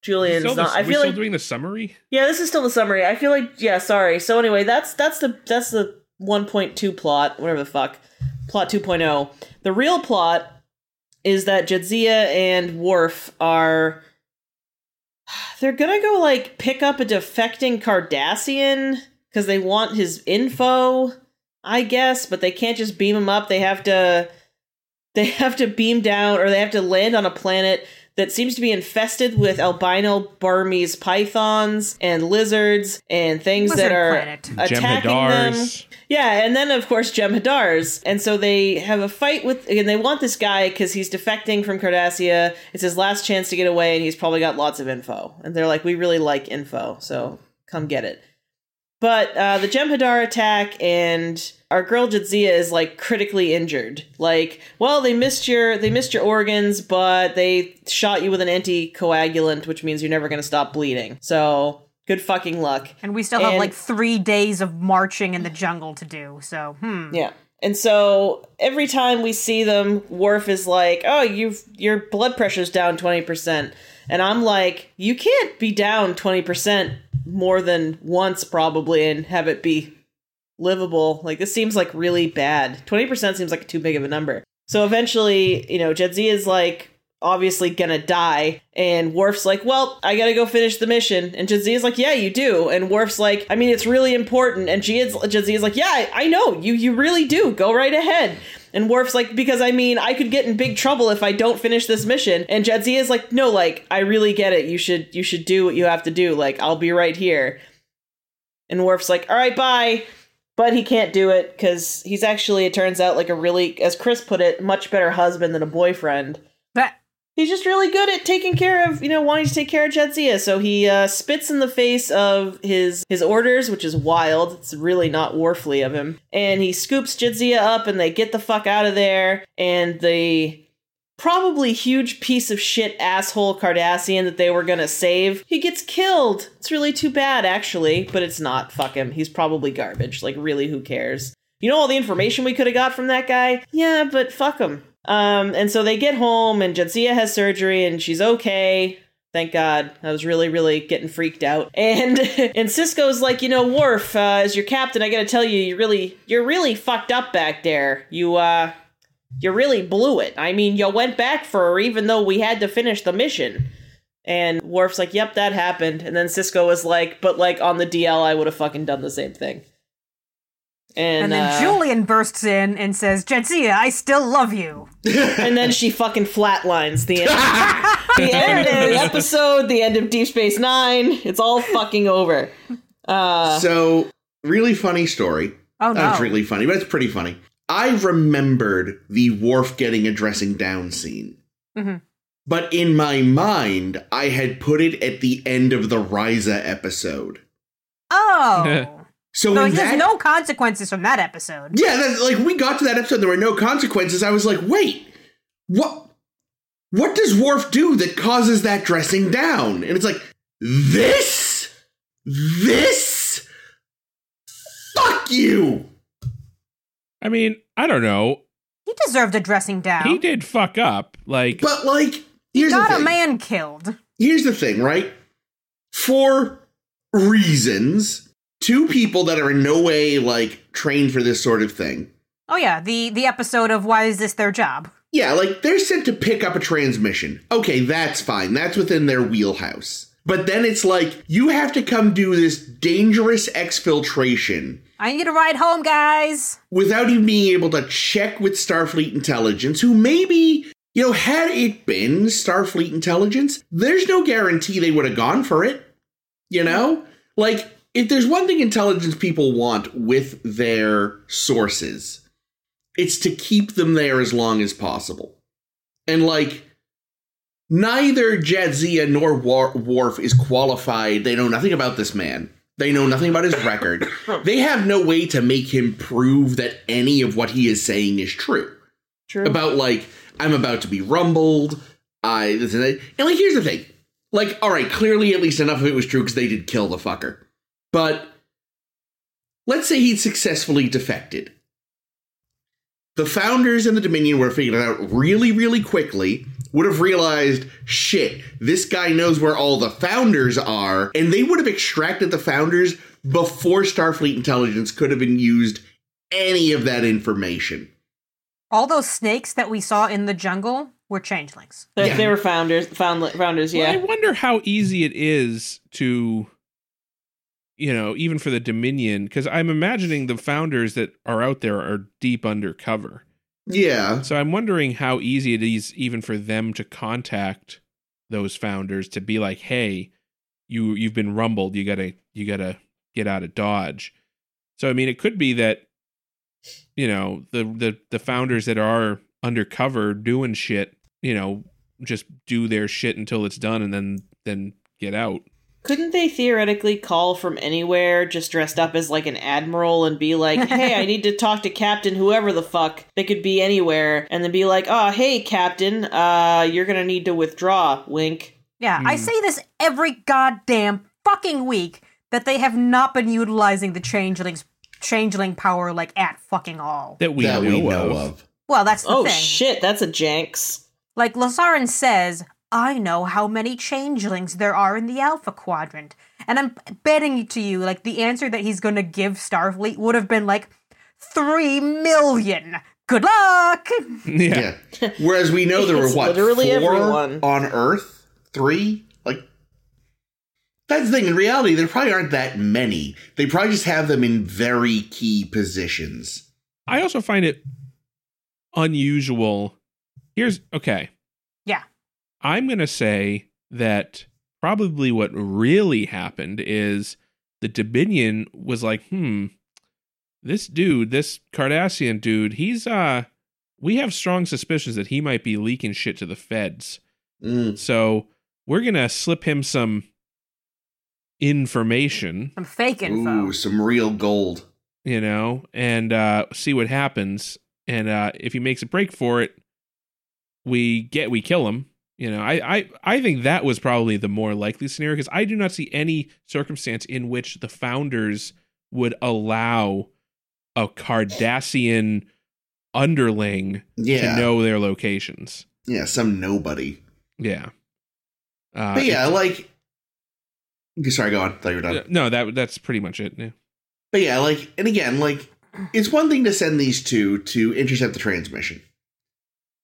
S1: Julian's
S2: Still the-
S1: not. I
S2: we
S1: feel
S2: still
S1: like
S2: doing the summary.
S1: yeah, this is still the summary. I feel like yeah, sorry. So anyway, that's that's the that's the 1.2 plot, whatever the fuck. Plot 2.0. The real plot is that Jadzia and Worf are they're going to go like pick up a defecting Cardassian cuz they want his info, I guess, but they can't just beam him up. They have to they have to beam down or they have to land on a planet that seems to be infested with albino Burmese pythons and lizards and things that
S4: Lizard
S1: are
S4: planet.
S1: attacking them.
S2: Jem'Hadar's.
S1: Yeah, and then of course Jem'Hadar's, and so they have a fight with, and they want this guy because he's defecting from Cardassia. It's his last chance to get away, and he's probably got lots of info. And they're like, "We really like info, so come get it." But uh, the Jem'Hadar attack and our girl Jadzia is like critically injured. Like, well, they missed your they missed your organs, but they shot you with an anticoagulant, which means you're never going to stop bleeding. So good fucking luck.
S4: And we still have
S1: And-
S4: like three days of marching in the jungle to do, so hmm.
S1: Yeah. And so every time we see them, Worf is like, "Oh, you have your blood pressure's down 20%." And I'm like, "You can't be down 20% more than once probably and have it be livable. Like this seems like really bad. 20% seems like too big of a number." So eventually, you know, Jedzia is like obviously gonna die and Worf's like, "Well, I got to go finish the mission." And Jadzia's like, "Yeah, you do." And Worf's like, "I mean, it's really important." And Jad's- Jadzia's like, "Yeah, I, I know. You you really do. Go right ahead." And Worf's like, "Because I mean, I could get in big trouble if I don't finish this mission." And Jadzia's like, "No, like I really get it. You should you should do what you have to do. Like I'll be right here." And Worf's like, "All right, bye." But he can't do it because he's actually, it turns out, like a really, as Chris put it, much better husband than a boyfriend
S4: That
S1: he's just really good at taking care of you know wanting to take care of Jedzia. So he uh, spits in the face of his his orders, which is wild. It's really not warfly of him. And he scoops Jedzia up, and they get the fuck out of there. And the probably huge piece of shit asshole Cardassian that they were gonna save, he gets killed. It's really too bad, actually, but it's not. Fuck him. He's probably garbage. Like really, who cares? You know all the information we could have got from that guy? Yeah, but fuck him. Um, and so they get home, and Jadzia has surgery, and she's okay. Thank God. I was really, really getting freaked out. And and Cisco's like, you know, Worf, uh, as your captain, I gotta tell you, you really, you're really fucked up back there. You, uh, you really blew it. I mean, you went back for her, even though we had to finish the mission. And Worf's like, yep, that happened. And then Cisco was like, but like on the DL, I would have fucking done the same thing. And,
S4: and then
S1: uh,
S4: Julian bursts in and says, Jedzia, I still love you.
S1: and then she fucking flatlines the end, the end of the episode, the end of Deep Space Nine. It's all fucking over. Uh,
S3: so, really funny story.
S4: Oh no.
S3: That's really funny, but it's pretty funny. I remembered the Worf getting a dressing down scene.
S4: Mhm.
S3: But in my mind, I had put it at the end of the Riza episode.
S4: Oh.
S3: So,
S4: so
S3: in
S4: there's
S3: that-
S4: no consequences from that episode.
S3: Yeah, that's like we got to that episode. There were no consequences. I was like, wait, what? What does Worf do that causes that dressing down? And it's like this, this. Fuck you.
S2: I mean, I don't know.
S4: He deserved a dressing down.
S2: He did fuck up. Like,
S3: But like, here's the
S4: Got a
S3: thing.
S4: man killed.
S3: Here's the thing, right? For reasons two people that are in no way like trained for this sort of thing.
S4: Oh yeah, the the episode of why is this their job?
S3: Yeah, like they're sent to pick up a transmission. Okay, that's fine. That's within their wheelhouse. But then it's like you have to come do this dangerous exfiltration
S4: I need a ride home, guys.
S3: without even being able to check with Starfleet intelligence, who maybe, you know, had it been Starfleet intelligence, there's no guarantee they would have gone for it. You know? Like, if there's one thing intelligence people want with their sources, it's to keep them there as long as possible. And, like, neither Jadzia nor War- Worf is qualified. They know nothing about this man. They know nothing about his record. They have no way to make him prove that any of what he is saying is true.
S1: True.
S3: About like I'm about to be rumbled. I this and that. And like here's the thing. Like all right, clearly at least enough of it was true because they did kill the fucker. But let's say he'd successfully defected. The founders and the Dominion would have figured it out really, really quickly. Would have realized, shit, this guy knows where all the founders are, and they would have extracted the founders before Starfleet intelligence could have been used any of that information.
S4: All those snakes that we saw in the jungle were changelings.
S1: they,
S3: yeah.
S1: they were founders, found, founders.
S2: Well,
S1: Yeah,
S2: I wonder how easy it is to, you know, even for the Dominion, because I'm imagining the founders that are out there are deep undercover.
S3: Yeah.
S2: So I'm wondering how easy it is even for them to contact those founders to be like, "Hey, you you've been rumbled. You gotta you gotta get out of dodge." So I mean, it could be that you know the the the founders that are undercover doing shit, you know, just do their shit until it's done and then then get out.
S1: couldn't they theoretically call from anywhere, just dressed up as like an admiral, and be like, "Hey, I need to talk to Captain whoever the fuck." They could be anywhere, and then be like, "Oh, hey, Captain, uh, you're gonna need to withdraw." Wink.
S4: Yeah,
S1: Hmm.
S4: I say this every goddamn fucking week that they have not been utilizing the changelings changeling power like at fucking all.
S2: That we,
S3: that
S2: know,
S3: we know
S2: of.
S3: of.
S4: Well, that's the
S1: Oh
S4: thing.
S1: shit, that's a janks.
S4: Like Lazarin says, I know how many changelings there are in the Alpha Quadrant. And I'm betting to you, like, the answer that he's gonna give Starfleet would have been like, three million! Good luck!
S2: Yeah.
S3: Yeah. Whereas we know there were
S1: It's
S3: what
S1: literally
S3: four
S1: everyone.
S3: on Earth, three. Like that's the thing. In reality, there probably aren't that many. They probably just have them in very key positions.
S2: I also find it unusual. Here's okay.
S4: Yeah.
S2: I'm going to say that probably what really happened is the Dominion was like, hmm, this dude, this Cardassian dude, he's, uh, we have strong suspicions that he might be leaking shit to the feds.
S3: Mm.
S2: So we're going to slip him some information
S4: Some fake info.
S3: Ooh, some real gold.
S2: you know, and uh, see what happens. And uh, if he makes a break for it, we get we kill him. You know, I I I think that was probably the more likely scenario because I do not see any circumstance in which the founders would allow a Cardassian underling
S3: Yeah,
S2: to know their locations.
S3: yeah, some nobody.
S2: Yeah. Uh,
S3: but yeah, like. Sorry, go on. Thought you were done.
S2: it- no, that that's pretty much it. Yeah.
S3: But yeah, like, and again, like, it's one thing to send these two to intercept the transmission,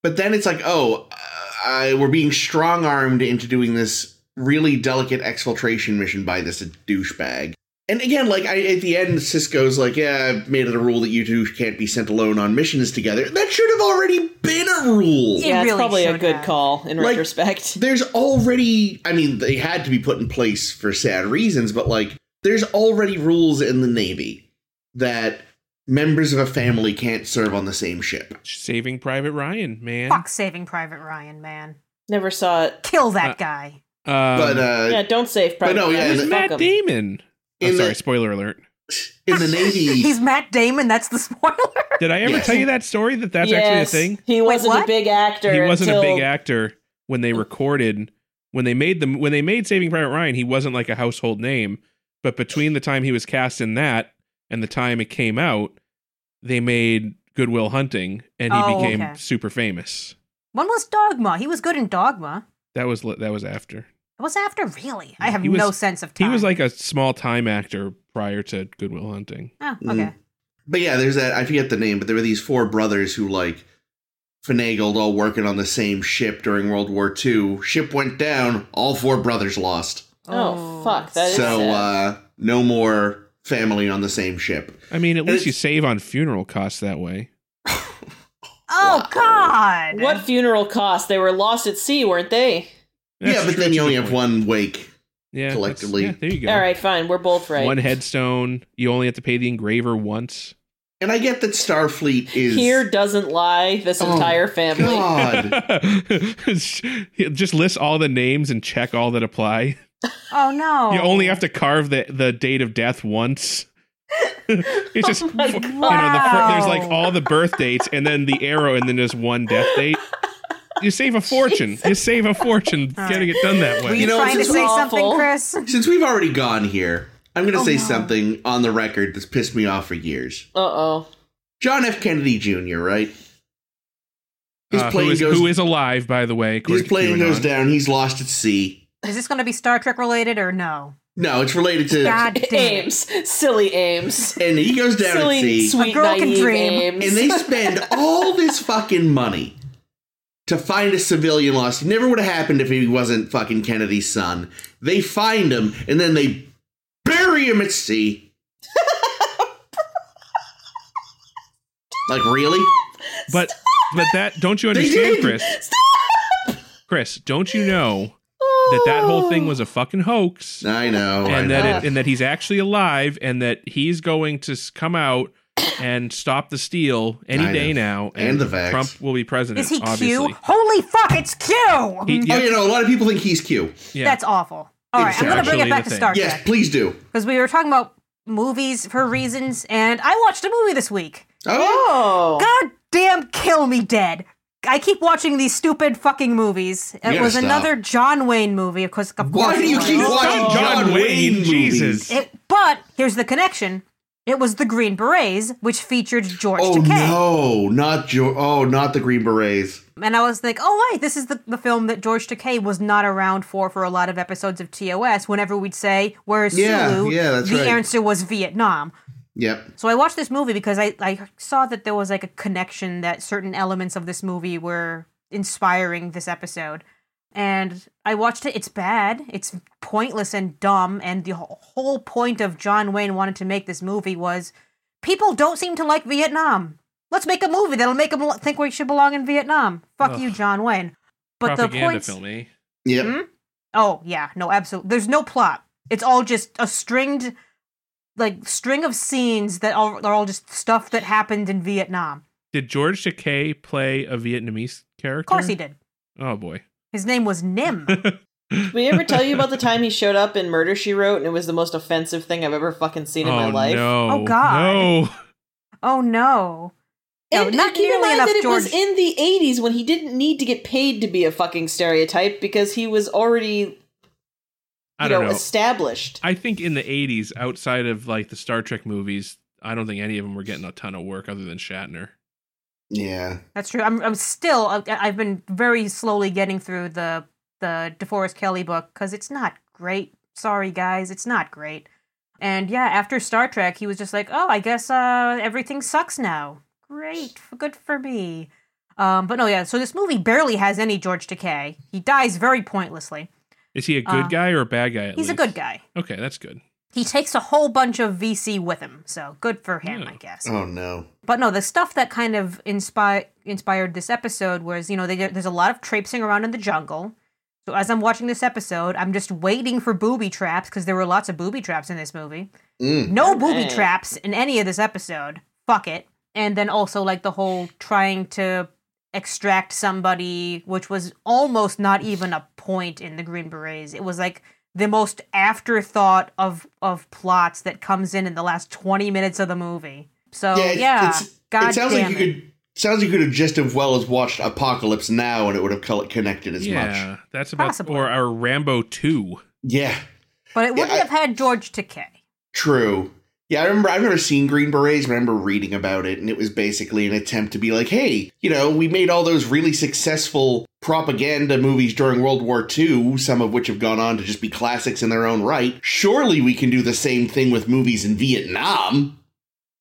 S3: but then it's like, oh, uh, I, we're being strong armed into doing this really delicate exfiltration mission by this douchebag. And again, like, I, at the end, Cisco's like, yeah, I've made it a rule that you two can't be sent alone on missions together. That should have already been a rule.
S4: It
S1: yeah, it's
S4: really
S1: probably a
S4: should
S1: good
S4: have.
S1: call in
S3: Like-
S1: retrospect.
S3: There's already, I mean, they had to be put in place for sad reasons, but like, there's already rules in the Navy that members of a family can't serve on the same ship.
S2: Saving Private Ryan, man.
S4: Fuck saving Private Ryan, man.
S1: Never saw it.
S4: Kill that
S2: Uh,
S4: guy.
S2: Um,
S3: but, uh,
S1: Yeah, don't save private.
S3: no, yeah,
S1: Ryan.
S2: Who's
S3: and-
S1: Fuck
S2: Matt
S1: 'em.
S2: Damon? Oh,
S3: In
S2: sorry,
S3: the-
S2: spoiler alert.
S3: in the Navy,
S4: He's Matt Damon, that's the spoiler.
S2: Did I ever
S3: Yes.
S2: tell you that story? That that's
S1: Yes,
S2: actually a thing.
S1: He wasn't a
S4: what?
S1: big actor.
S2: He wasn't a
S1: until-
S2: big actor when they recorded when they made them when they made Saving Private Ryan. He wasn't like a household name, but between the time he was cast in that and the time it came out, they made Goodwill Hunting, and he
S4: Oh,
S2: became
S4: okay.
S2: super famous.
S4: One was Dogma. He was good in Dogma.
S2: That was li- that was after.
S4: It was after really. I have
S2: He was-
S4: no sense of time.
S2: He was like a small time actor prior to Goodwill Hunting.
S4: oh, okay.
S3: Mm. But yeah, there's that. I forget the name, but there were these four brothers who like finagled all working on the same ship during World War II. Ship went down. All four brothers lost.
S1: Oh, fuck, that is-
S3: so
S1: sad.
S3: uh, no more family on the same ship.
S2: I mean, at least
S3: it's-
S2: you save on funeral costs that way.
S4: oh God.
S1: What funeral cost? They were lost at sea, weren't they?
S2: That's
S3: yeah, but
S2: true,
S3: then
S2: it's
S3: you
S2: a
S3: only
S2: good
S3: have
S2: point.
S3: one wake.
S2: Yeah, that's-
S3: collectively.
S2: yeah, there you go.
S1: All right, fine. We're both right.
S2: One headstone. You only have to pay the engraver once.
S3: And I get that Starfleet is
S1: Here doesn't lie this
S3: Oh,
S1: entire family.
S3: God.
S2: Just list all the names and check all that apply.
S4: Oh no.
S2: You only have to carve the, the date of death once. it's just
S1: Oh my
S2: you know, the fir- there's like
S4: Wow.
S2: all the birth dates and then the arrow and then there's one death date. You save a fortune. You save a fortune getting it done that
S4: Were
S2: way.
S4: you,
S3: You know,
S4: trying to
S3: this
S1: is
S4: say something,
S1: awful.
S4: Chris?
S3: Since we've already gone here, I'm going to
S4: Oh,
S3: say
S4: no.
S3: something on the record that's pissed me off for years.
S1: Uh oh.
S3: John F. Kennedy Jr., right? His
S2: Uh,
S3: plane
S2: who, is,
S3: goes.
S2: who is alive, by the way? according
S3: his
S2: to
S3: plane goes
S2: QAnon.
S3: down. He's lost at sea.
S4: Is this going to be Star Trek related or no?
S3: No, it's related to.
S4: God damn. it.
S1: Ames. Silly Ames.
S3: And he goes down at
S1: Silly,
S3: sea.
S1: sweet,
S4: A girl can
S1: naive
S4: dream.
S1: Ames.
S3: and they spend all this fucking money to find a civilian lost. It never would have happened if he wasn't fucking Kennedy's son. They find him and then they bury him at sea. like really?
S2: But but that don't you understand,
S3: did!
S2: Chris? Chris, don't you know
S1: Oh.
S2: that that whole
S4: Oh.
S2: thing was a fucking hoax,
S3: I know. I
S2: and that
S3: know.
S2: it, and that he's actually alive, and that he's going to s- come out and stop the steal any
S3: I
S2: day
S3: know.
S2: now,
S3: And the vax.
S2: Trump will be president.
S4: Is he
S2: obviously.
S4: Q? Holy fuck, it's Q!
S2: He-
S3: Oh,
S2: yeah,
S3: you know, a lot of people think he's Q.
S2: yeah.
S4: That's awful. All right,
S3: It's
S4: I'm going to bring
S2: actually
S4: it back
S2: the
S4: to
S2: thing.
S4: Star
S3: Yes,
S4: Trek
S3: please do.
S4: because we were talking about movies for reasons, and I watched a movie this week.
S3: Oh,
S1: Oh.
S4: God damn, kill me dead. I keep watching these stupid fucking movies. It
S3: gotta
S4: was
S3: stop.
S4: another John Wayne movie, of course. Of
S3: why
S4: course
S3: do
S4: it
S3: you
S4: was.
S3: keep
S1: No.
S3: watching John,
S2: John Wayne,
S3: Wayne? movies?
S2: Jesus.
S4: It, but here's the connection. It was the Green Berets, which featured George
S3: Oh
S4: Takei.
S3: no, not jo- Oh, not the Green Berets.
S4: And I was like, oh, right, this is the, the film that George Takei was not around for for a lot of episodes of TOS. Whenever we'd say, where's
S3: Yeah,
S4: Sulu?
S3: yeah, that's
S4: the
S3: right.
S4: answer was Vietnam.
S3: Yep.
S4: So I watched this movie because I, I saw that there was like a connection that certain elements of this movie were inspiring this episode. And I watched it. It's bad. It's pointless and dumb. And the wh- whole point of John Wayne wanted to make this movie was people don't seem to like Vietnam. Let's make a movie that'll make them think we should belong in Vietnam. Fuck you,
S2: Ugh.
S4: John Wayne. But the
S2: propaganda
S4: points.
S2: film, eh?
S3: Yep.
S4: Hmm? Oh yeah, no, absolutely. There's no plot. It's all just a stringed, like string of scenes that all are all just stuff that happened in Vietnam.
S2: Did George Takei play a Vietnamese character?
S4: Of course he did.
S2: Oh boy.
S4: His name was Nim.
S1: Did we ever tell you about the time he showed up in Murder She Wrote and it was the most offensive thing I've ever fucking seen in
S2: oh
S1: my life?
S2: no!
S4: Oh, God.
S2: No.
S4: oh no. No,
S1: And
S4: not
S1: keep in
S4: nearly
S1: mind
S4: enough
S1: that it was
S4: George-
S1: in the 80s when he didn't need to get paid to be a fucking stereotype because he was already, you
S2: I don't
S1: know,
S2: know.
S1: established.
S2: I think in the 80s, outside of like the Star Trek movies, I don't think any of them were getting a ton of work other than Shatner.
S3: Yeah.
S4: That's true. I'm. I'm still. uh, I- I've been very slowly getting through the the DeForest Kelly book because it's not great. Sorry, guys, it's not great. And yeah, after Star Trek, he was just like, "Oh, I guess uh, everything sucks now. Great, f- good for me." Um, but no, yeah. So this movie barely has any George Takei. He dies very pointlessly.
S2: Is he a good
S4: Uh,
S2: guy or a bad guy? At
S4: He's a
S2: least?
S4: good guy.
S2: Okay, that's good.
S4: He takes a whole bunch of VC with him, so good for him,
S2: Yeah.
S4: I guess.
S3: Oh no.
S4: But no, the stuff that kind of inspired inspired this episode was, you know, they, there's a lot of traipsing around in the jungle. So as I'm watching this episode, I'm just waiting for booby traps because there were lots of booby traps in this movie.
S3: Mm.
S4: No booby
S1: Alright.
S4: traps in any of this episode. Fuck it. And then also like the whole trying to extract somebody, which was almost not even a point in the Green Berets. It was like the most afterthought of of plots that comes in in the last twenty minutes of the movie. So yeah,
S3: it's- it's-
S4: God
S3: it sounds
S4: damn
S3: like you
S4: it.
S3: could sounds like you could have just as well as watched Apocalypse Now and it would have co- connected as
S2: yeah,
S3: much.
S2: that's about
S4: Possibly.
S2: or our Rambo two.
S3: Yeah,
S4: but it wouldn't
S3: I-
S4: have had George Takei.
S3: true. Yeah, I remember. I've never seen Green Berets, but I remember reading about it, and it was basically an attempt to be like, "Hey, you know, we made all those really successful propaganda movies during World War II, some of which have gone on to just be classics in their own right. Surely we can do the same thing with movies in Vietnam."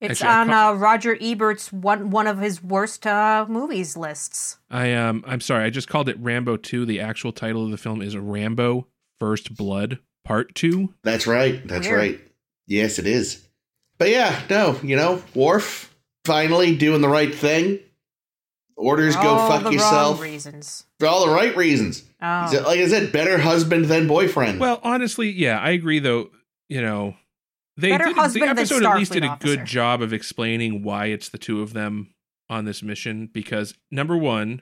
S4: It's
S2: Actually, I
S4: on
S2: ca-
S4: uh, Roger Ebert's one one of his worst uh, movies lists.
S2: I um I'm sorry, I just called it Rambo 2. The actual title of the film is Rambo First Blood Part 2.
S3: That's right. That's
S4: Weird.
S3: right. Yes, it is. But yeah, no, you know, Worf finally doing the right thing. Orders
S4: For
S3: go
S4: all
S3: fuck
S4: the
S3: yourself
S4: Wrong reasons.
S3: for all the right reasons.
S4: Oh.
S3: So, like I said, better husband than boyfriend.
S2: Well, honestly, yeah, I agree though, you know, they
S4: Better
S2: did,
S4: husband
S2: the
S4: than
S2: episode at least
S4: Starfleet
S2: did a
S4: officer.
S2: good job of explaining why it's the two of them on this mission because number 1,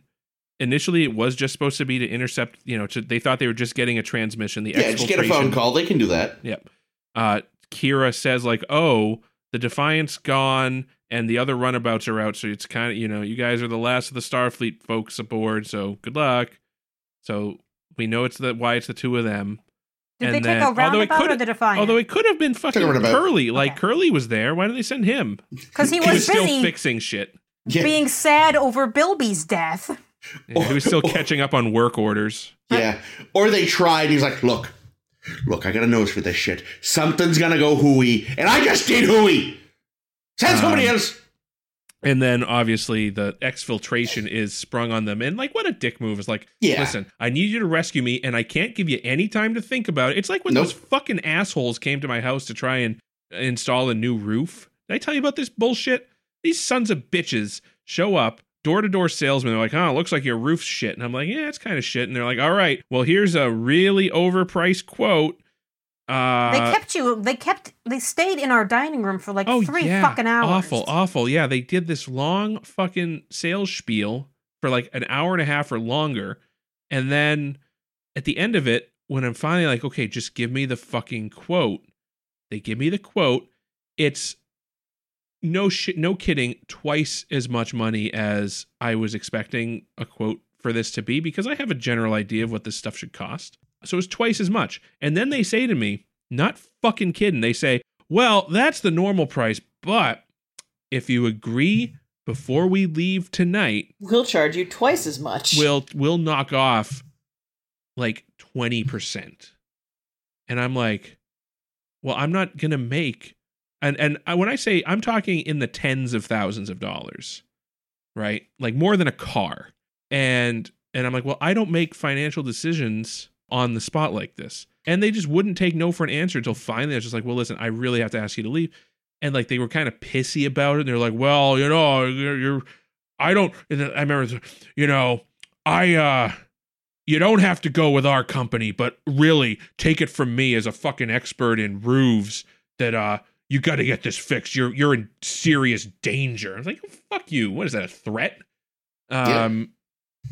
S2: initially it was just supposed to be to intercept, you know, to, they thought they were just getting a transmission, the
S3: yeah, just get a
S2: exfiltration.
S3: phone call. They can do that.
S2: Yep. Uh, Kira says like, "Oh, the Defiant's gone, and the other runabouts are out. So it's kind of you know, you guys are the last of the Starfleet folks aboard. So good luck. So we know it's the why it's the two of them.
S4: Did
S2: and
S4: they take
S2: then-
S4: a
S2: although it
S4: roundabout or
S2: could've-
S4: the Defiant?
S2: Although it could have been fucking
S3: roundabout.
S2: Curly. Like
S4: Okay.
S2: Curly was there. Why did they send him?
S4: because he
S3: He
S2: He was
S4: was
S2: still
S4: busy
S2: fixing shit.
S3: Yeah,
S4: being sad over Bilby's death.
S2: Yeah, he was still catching up on work orders.
S3: yeah. Or they tried. He's like, look, look, I got a nose for this shit. Something's gonna go hooey, and I just did hooey. Send somebody
S2: Um,
S3: else.
S2: And then obviously the exfiltration is sprung on them. And like what a dick move is like,
S3: Yeah.
S2: listen, I need you to rescue me and I can't give you any time to think about it. It's like when
S3: Nope.
S2: those fucking assholes came to my house to try and install a new roof. Did I tell you about this bullshit? These sons of bitches show up, door to door salesmen. They're like, oh, it looks like your roof's shit. And I'm like, yeah, it's kind of shit. And they're like, all right, well, here's a really overpriced quote. Uh,
S4: they kept you. They kept. They stayed in our dining room for like
S2: Oh
S4: three
S2: yeah.
S4: fucking hours.
S2: Awful, awful. Yeah, they did this long fucking sales spiel for like an hour and a half or longer. And then at the end of it, when I'm finally like, okay, just give me the fucking quote. They give me the quote. It's no shit, no kidding, twice as much money as I was expecting a quote for this to be because I have a general idea of what this stuff should cost. So it's twice as much. And then they say to me, not fucking kidding, they say, well, that's the normal price, but if you agree before we leave tonight,
S1: We'll charge you twice as much.
S2: we'll we'll knock off like 20%. And I'm like, well, I'm not going to make and and I, when I say I'm talking in the tens of thousands of dollars, right? Like more than a car. And and I'm like, well, I don't make financial decisions on the spot like this. And they just wouldn't take no for an answer until finally I was just like, well, listen, I really have to ask you to leave. And like they were kind of pissy about it. And they're like, well, you know, you're, you're I don't. And then I remember, you know, I uh, you don't have to go with our company, but really take it from me as a fucking expert in roofs that uh, you got to get this fixed. You're you're in serious danger. I was like, fuck you. What is that? A threat?
S3: Yeah.
S2: Um.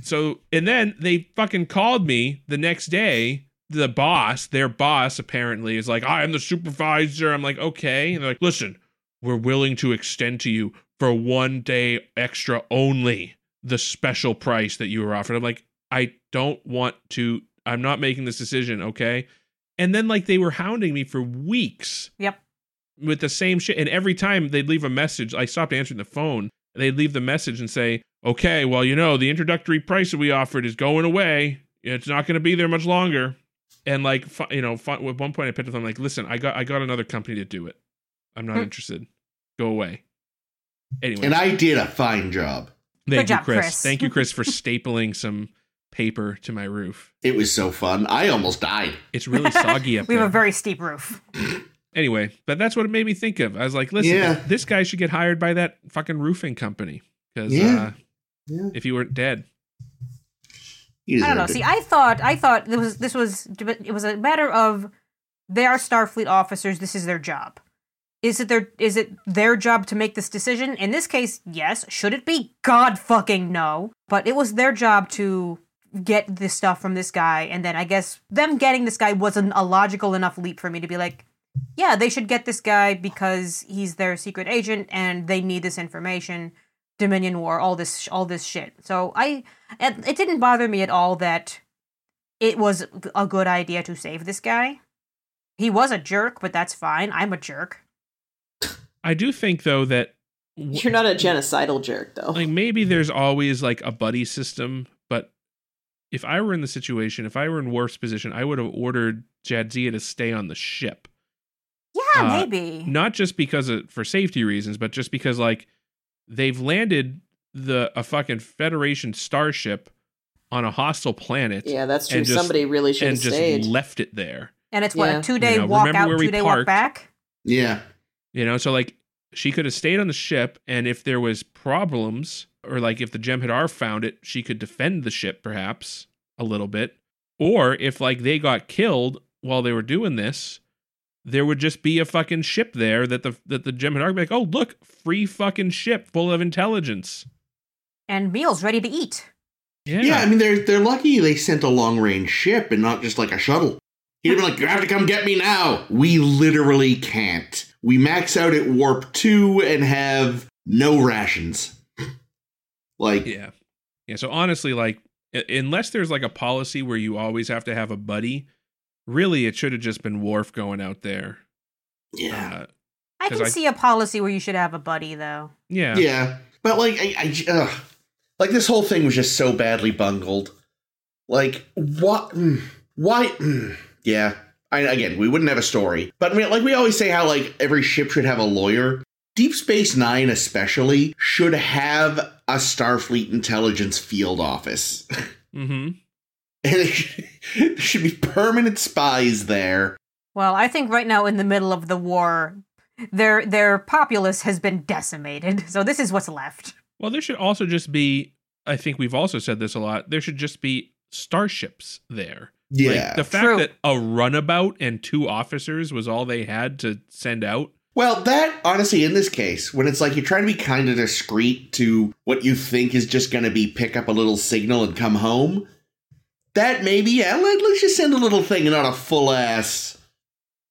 S2: So and then they fucking called me the next day. The boss, their boss, apparently is like, I am the supervisor. I'm like, okay. And they're like, listen, we're willing to extend to you for one day extra only the special price that you were offered. I'm like, I don't want to, I'm not making this decision, okay? And then, like, they were hounding me for weeks
S4: Yep.
S2: with the same shit. And every time they'd leave a message, I stopped answering the phone. They'd leave the message and say, okay, well, you know, the introductory price that we offered is going away. It's not going to be there much longer. And like, fi- you know, fi- at one point I picked up, I'm like, listen, I got, I got another company to do it. I'm not
S4: Hmm.
S2: interested. Go away. Anyway,
S3: And I did a fine job.
S2: thank
S4: Good
S2: you,
S4: job,
S2: Chris.
S4: Chris.
S2: Thank you, Chris, for stapling some paper to my roof.
S3: It was so fun. I almost died.
S2: It's really soggy up
S4: we
S2: there.
S4: have a very steep roof.
S2: anyway, but that's what it made me think of. I was like, listen,
S3: Yeah.
S2: this guy should get hired by that fucking roofing company because
S3: Yeah.
S2: uh,
S3: Yeah.
S2: if he weren't dead,
S3: He
S4: I don't know.
S3: deserved
S4: See,
S3: it.
S4: I thought I thought this was this was it was a matter of they are Starfleet officers. This is their job. Is it their is it their job to make this decision? In this case, yes. Should it be? God fucking no. But it was their job to get this stuff from this guy, and then I guess them getting this guy wasn't a logical enough leap for me to be like, yeah, they should get this guy because he's their secret agent and they need this information. Dominion War, all this, all this shit. So I, it, it didn't bother me at all that it was a good idea to save this guy. He was a jerk, but that's fine. I'm a jerk.
S2: I do think though that w-
S1: You're not a genocidal jerk, though.
S2: like maybe there's always like a buddy system, but if I were in the situation, if I were in Worf's position, I would have ordered Jadzia to stay on the ship.
S4: Yeah,
S2: Uh,
S4: maybe.
S2: Not just because of for safety reasons, but just because like they've landed the a fucking Federation starship on a hostile planet
S1: yeah, that's true.
S2: and just-
S1: Somebody really should
S2: and
S1: have
S2: just
S1: stayed.
S2: left it there.
S4: and it's what
S1: yeah.
S4: a two day
S2: You know,
S4: walk
S2: remember
S4: out,
S2: where we
S4: two day
S2: parked.
S4: walk back.
S3: Yeah.
S2: You know, so like she could have stayed on the ship, and if there was problems, or like if the Jem'Hadar found it, she could defend the ship perhaps a little bit. Or if like they got killed while they were doing this, there would just be a fucking ship there that the that the Jem'Hadar would be like, oh look, free fucking ship full of intelligence.
S4: and meals ready to eat.
S2: Yeah,
S3: yeah, I mean they're they're lucky they sent a long range ship and not just like a shuttle. He'd be like, "You have to come get me now." We literally can't. We max out at warp two and have no rations. like,
S2: yeah, yeah. So honestly, like u- unless there's like a policy where you always have to have a buddy, really it should have just been Worf going out there.
S3: yeah.
S2: Uh,
S4: I
S2: 'Cause
S4: can
S2: I-
S4: see a policy where you should have a buddy, though.
S2: yeah,
S3: Yeah. But like I, I j- ugh. like this whole thing was just so badly bungled. Like what mm, why mm, yeah. I again, we wouldn't have a story. But I mean, like we always say how like every ship should have a lawyer. Deep Space 9 especially should have a Starfleet intelligence field office.
S2: Mm-hmm.
S3: And it should- there should be permanent spies there.
S4: Well, I think right now in the middle of the war, their their populace has been decimated, so this is what's left.
S2: Well, there should also just be. I think we've also said this a lot. There should just be starships there. Like,
S3: Yeah.
S2: the fact
S4: True.
S2: that a runabout and two officers was all they had to send out.
S3: Well, that honestly, in this case, when it's like you're trying to be kind of discreet to what you think is just going to be pick up a little signal and come home, that maybe yeah, let, let's just send a little thing and not a full ass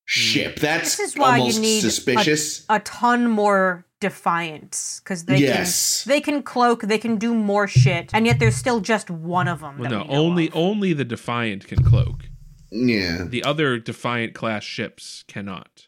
S3: ship. That's
S4: This is why you
S3: almost
S4: need
S3: suspicious.
S4: A ton more defiance because they
S3: yes,
S4: can they can cloak, they can do more shit, and yet there's still just one of them.
S2: Well,
S4: that
S2: no,
S4: we know
S2: only
S4: of.
S2: only the Defiant can cloak.
S3: yeah,
S2: The other Defiant class ships cannot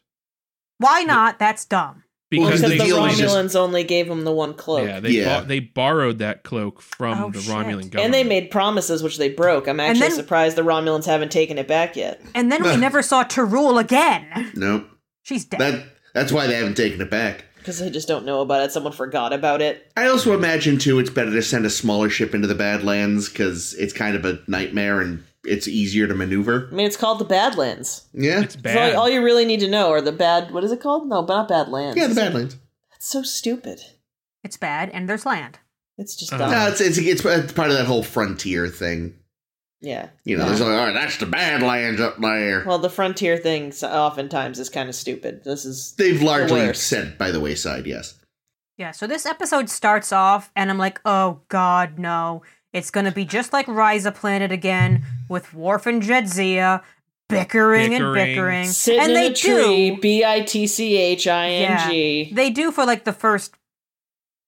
S4: why not? That's dumb.
S2: because
S1: because
S3: Well,
S1: the
S2: they
S3: deal is
S1: Romulans
S3: just-
S1: only gave him the one cloak.
S2: yeah they
S3: Yeah.
S2: bo- they borrowed that cloak from
S4: Oh,
S2: the
S4: shit.
S2: Romulan government.
S1: and they made promises which they broke. I'm actually
S4: then-
S1: surprised the Romulans haven't taken it back yet.
S4: And then we never saw Tarul again.
S3: nope.
S4: She's dead.
S3: That that's why they haven't taken it back.
S1: Because they just don't know about it. Someone forgot about it.
S3: I also imagine too, it's better to send a smaller ship into the Badlands because it's kind of a nightmare and it's easier to maneuver.
S1: I mean, it's called the Badlands.
S3: Yeah,
S2: it's
S1: It's all,
S2: bad.
S1: all you really need to know are the bad. What is it called? No, but not Badlands.
S3: yeah, the Badlands.
S1: That's so stupid.
S4: it's bad, and there's land.
S1: It's just
S2: Uh,
S1: dumb.
S3: No, it's, it's it's it's part of that whole frontier thing.
S1: yeah.
S3: You know, there's like, all right, that's the Badlands up there.
S1: Well, the frontier thing s- oftentimes is kind of stupid. This is
S3: They've largely
S1: worst.
S3: set by the wayside. Yes,
S4: Yeah, so this episode starts off, and I'm like, oh god, no. It's gonna be just like Rise of Planet again, with Worf and Jedzia bickering, and
S2: Bickering.
S4: bickering.
S1: sitting
S4: and
S1: in
S4: they
S1: a tree.
S4: do.
S1: B i t c h i n
S4: Yeah,
S1: g.
S4: they do for like the first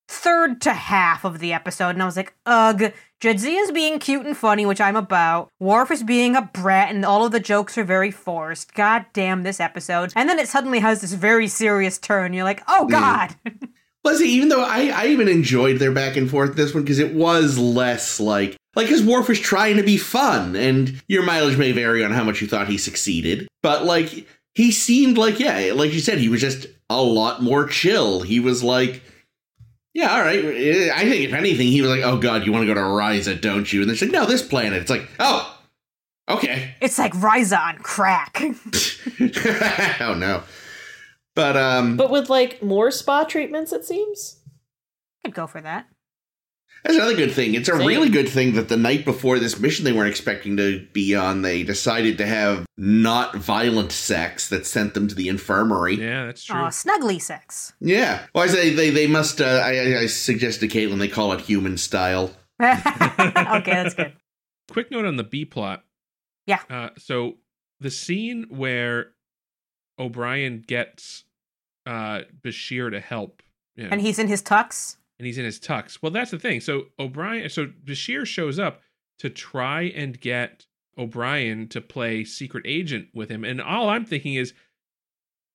S4: third to half of the episode, and I was like, ugh. Jedzia's being cute and funny, which I'm about. Worf is being a brat, and all of the jokes are very forced. God damn this episode. And then it suddenly has this very serious turn. You're like, oh
S2: Mm.
S4: god.
S3: Plus, even though I I even enjoyed their back and forth in this one because it was less like like his Worf was trying to be fun, and your mileage may vary on how much you thought he succeeded, but like he seemed like yeah, like you said, he was just a lot more chill. He was like. Yeah, all right. eh, I think if anything, he was like, "Oh God, you want to go to Ryza, don't you?" And they're like, "No, this planet." It's like, "Oh, okay."
S4: it's like Ryza on crack.
S3: oh no. But um
S1: But with like more spa treatments, it seems.
S4: Could go for that.
S3: that's another good thing. It's a
S1: Same.
S3: really good thing that the night before this mission they weren't expecting to be on, they decided to have not violent sex that sent them to the infirmary. Yeah.
S2: yeah, that's true.
S4: Oh, snuggly sex.
S3: Well, I say they they must uh, I I- I suggested to Caitlin they call it human style.
S4: okay, that's good.
S2: quick note on the B plot.
S4: Yeah.
S2: Uh, so the scene where O'Brien gets uh, Bashir to help, you know,
S4: And he's in his tux.
S2: and he's in his tux. Well, that's the thing. So O'Brien, so Bashir shows up to try and get O'Brien to play secret agent with him, and all I'm thinking is,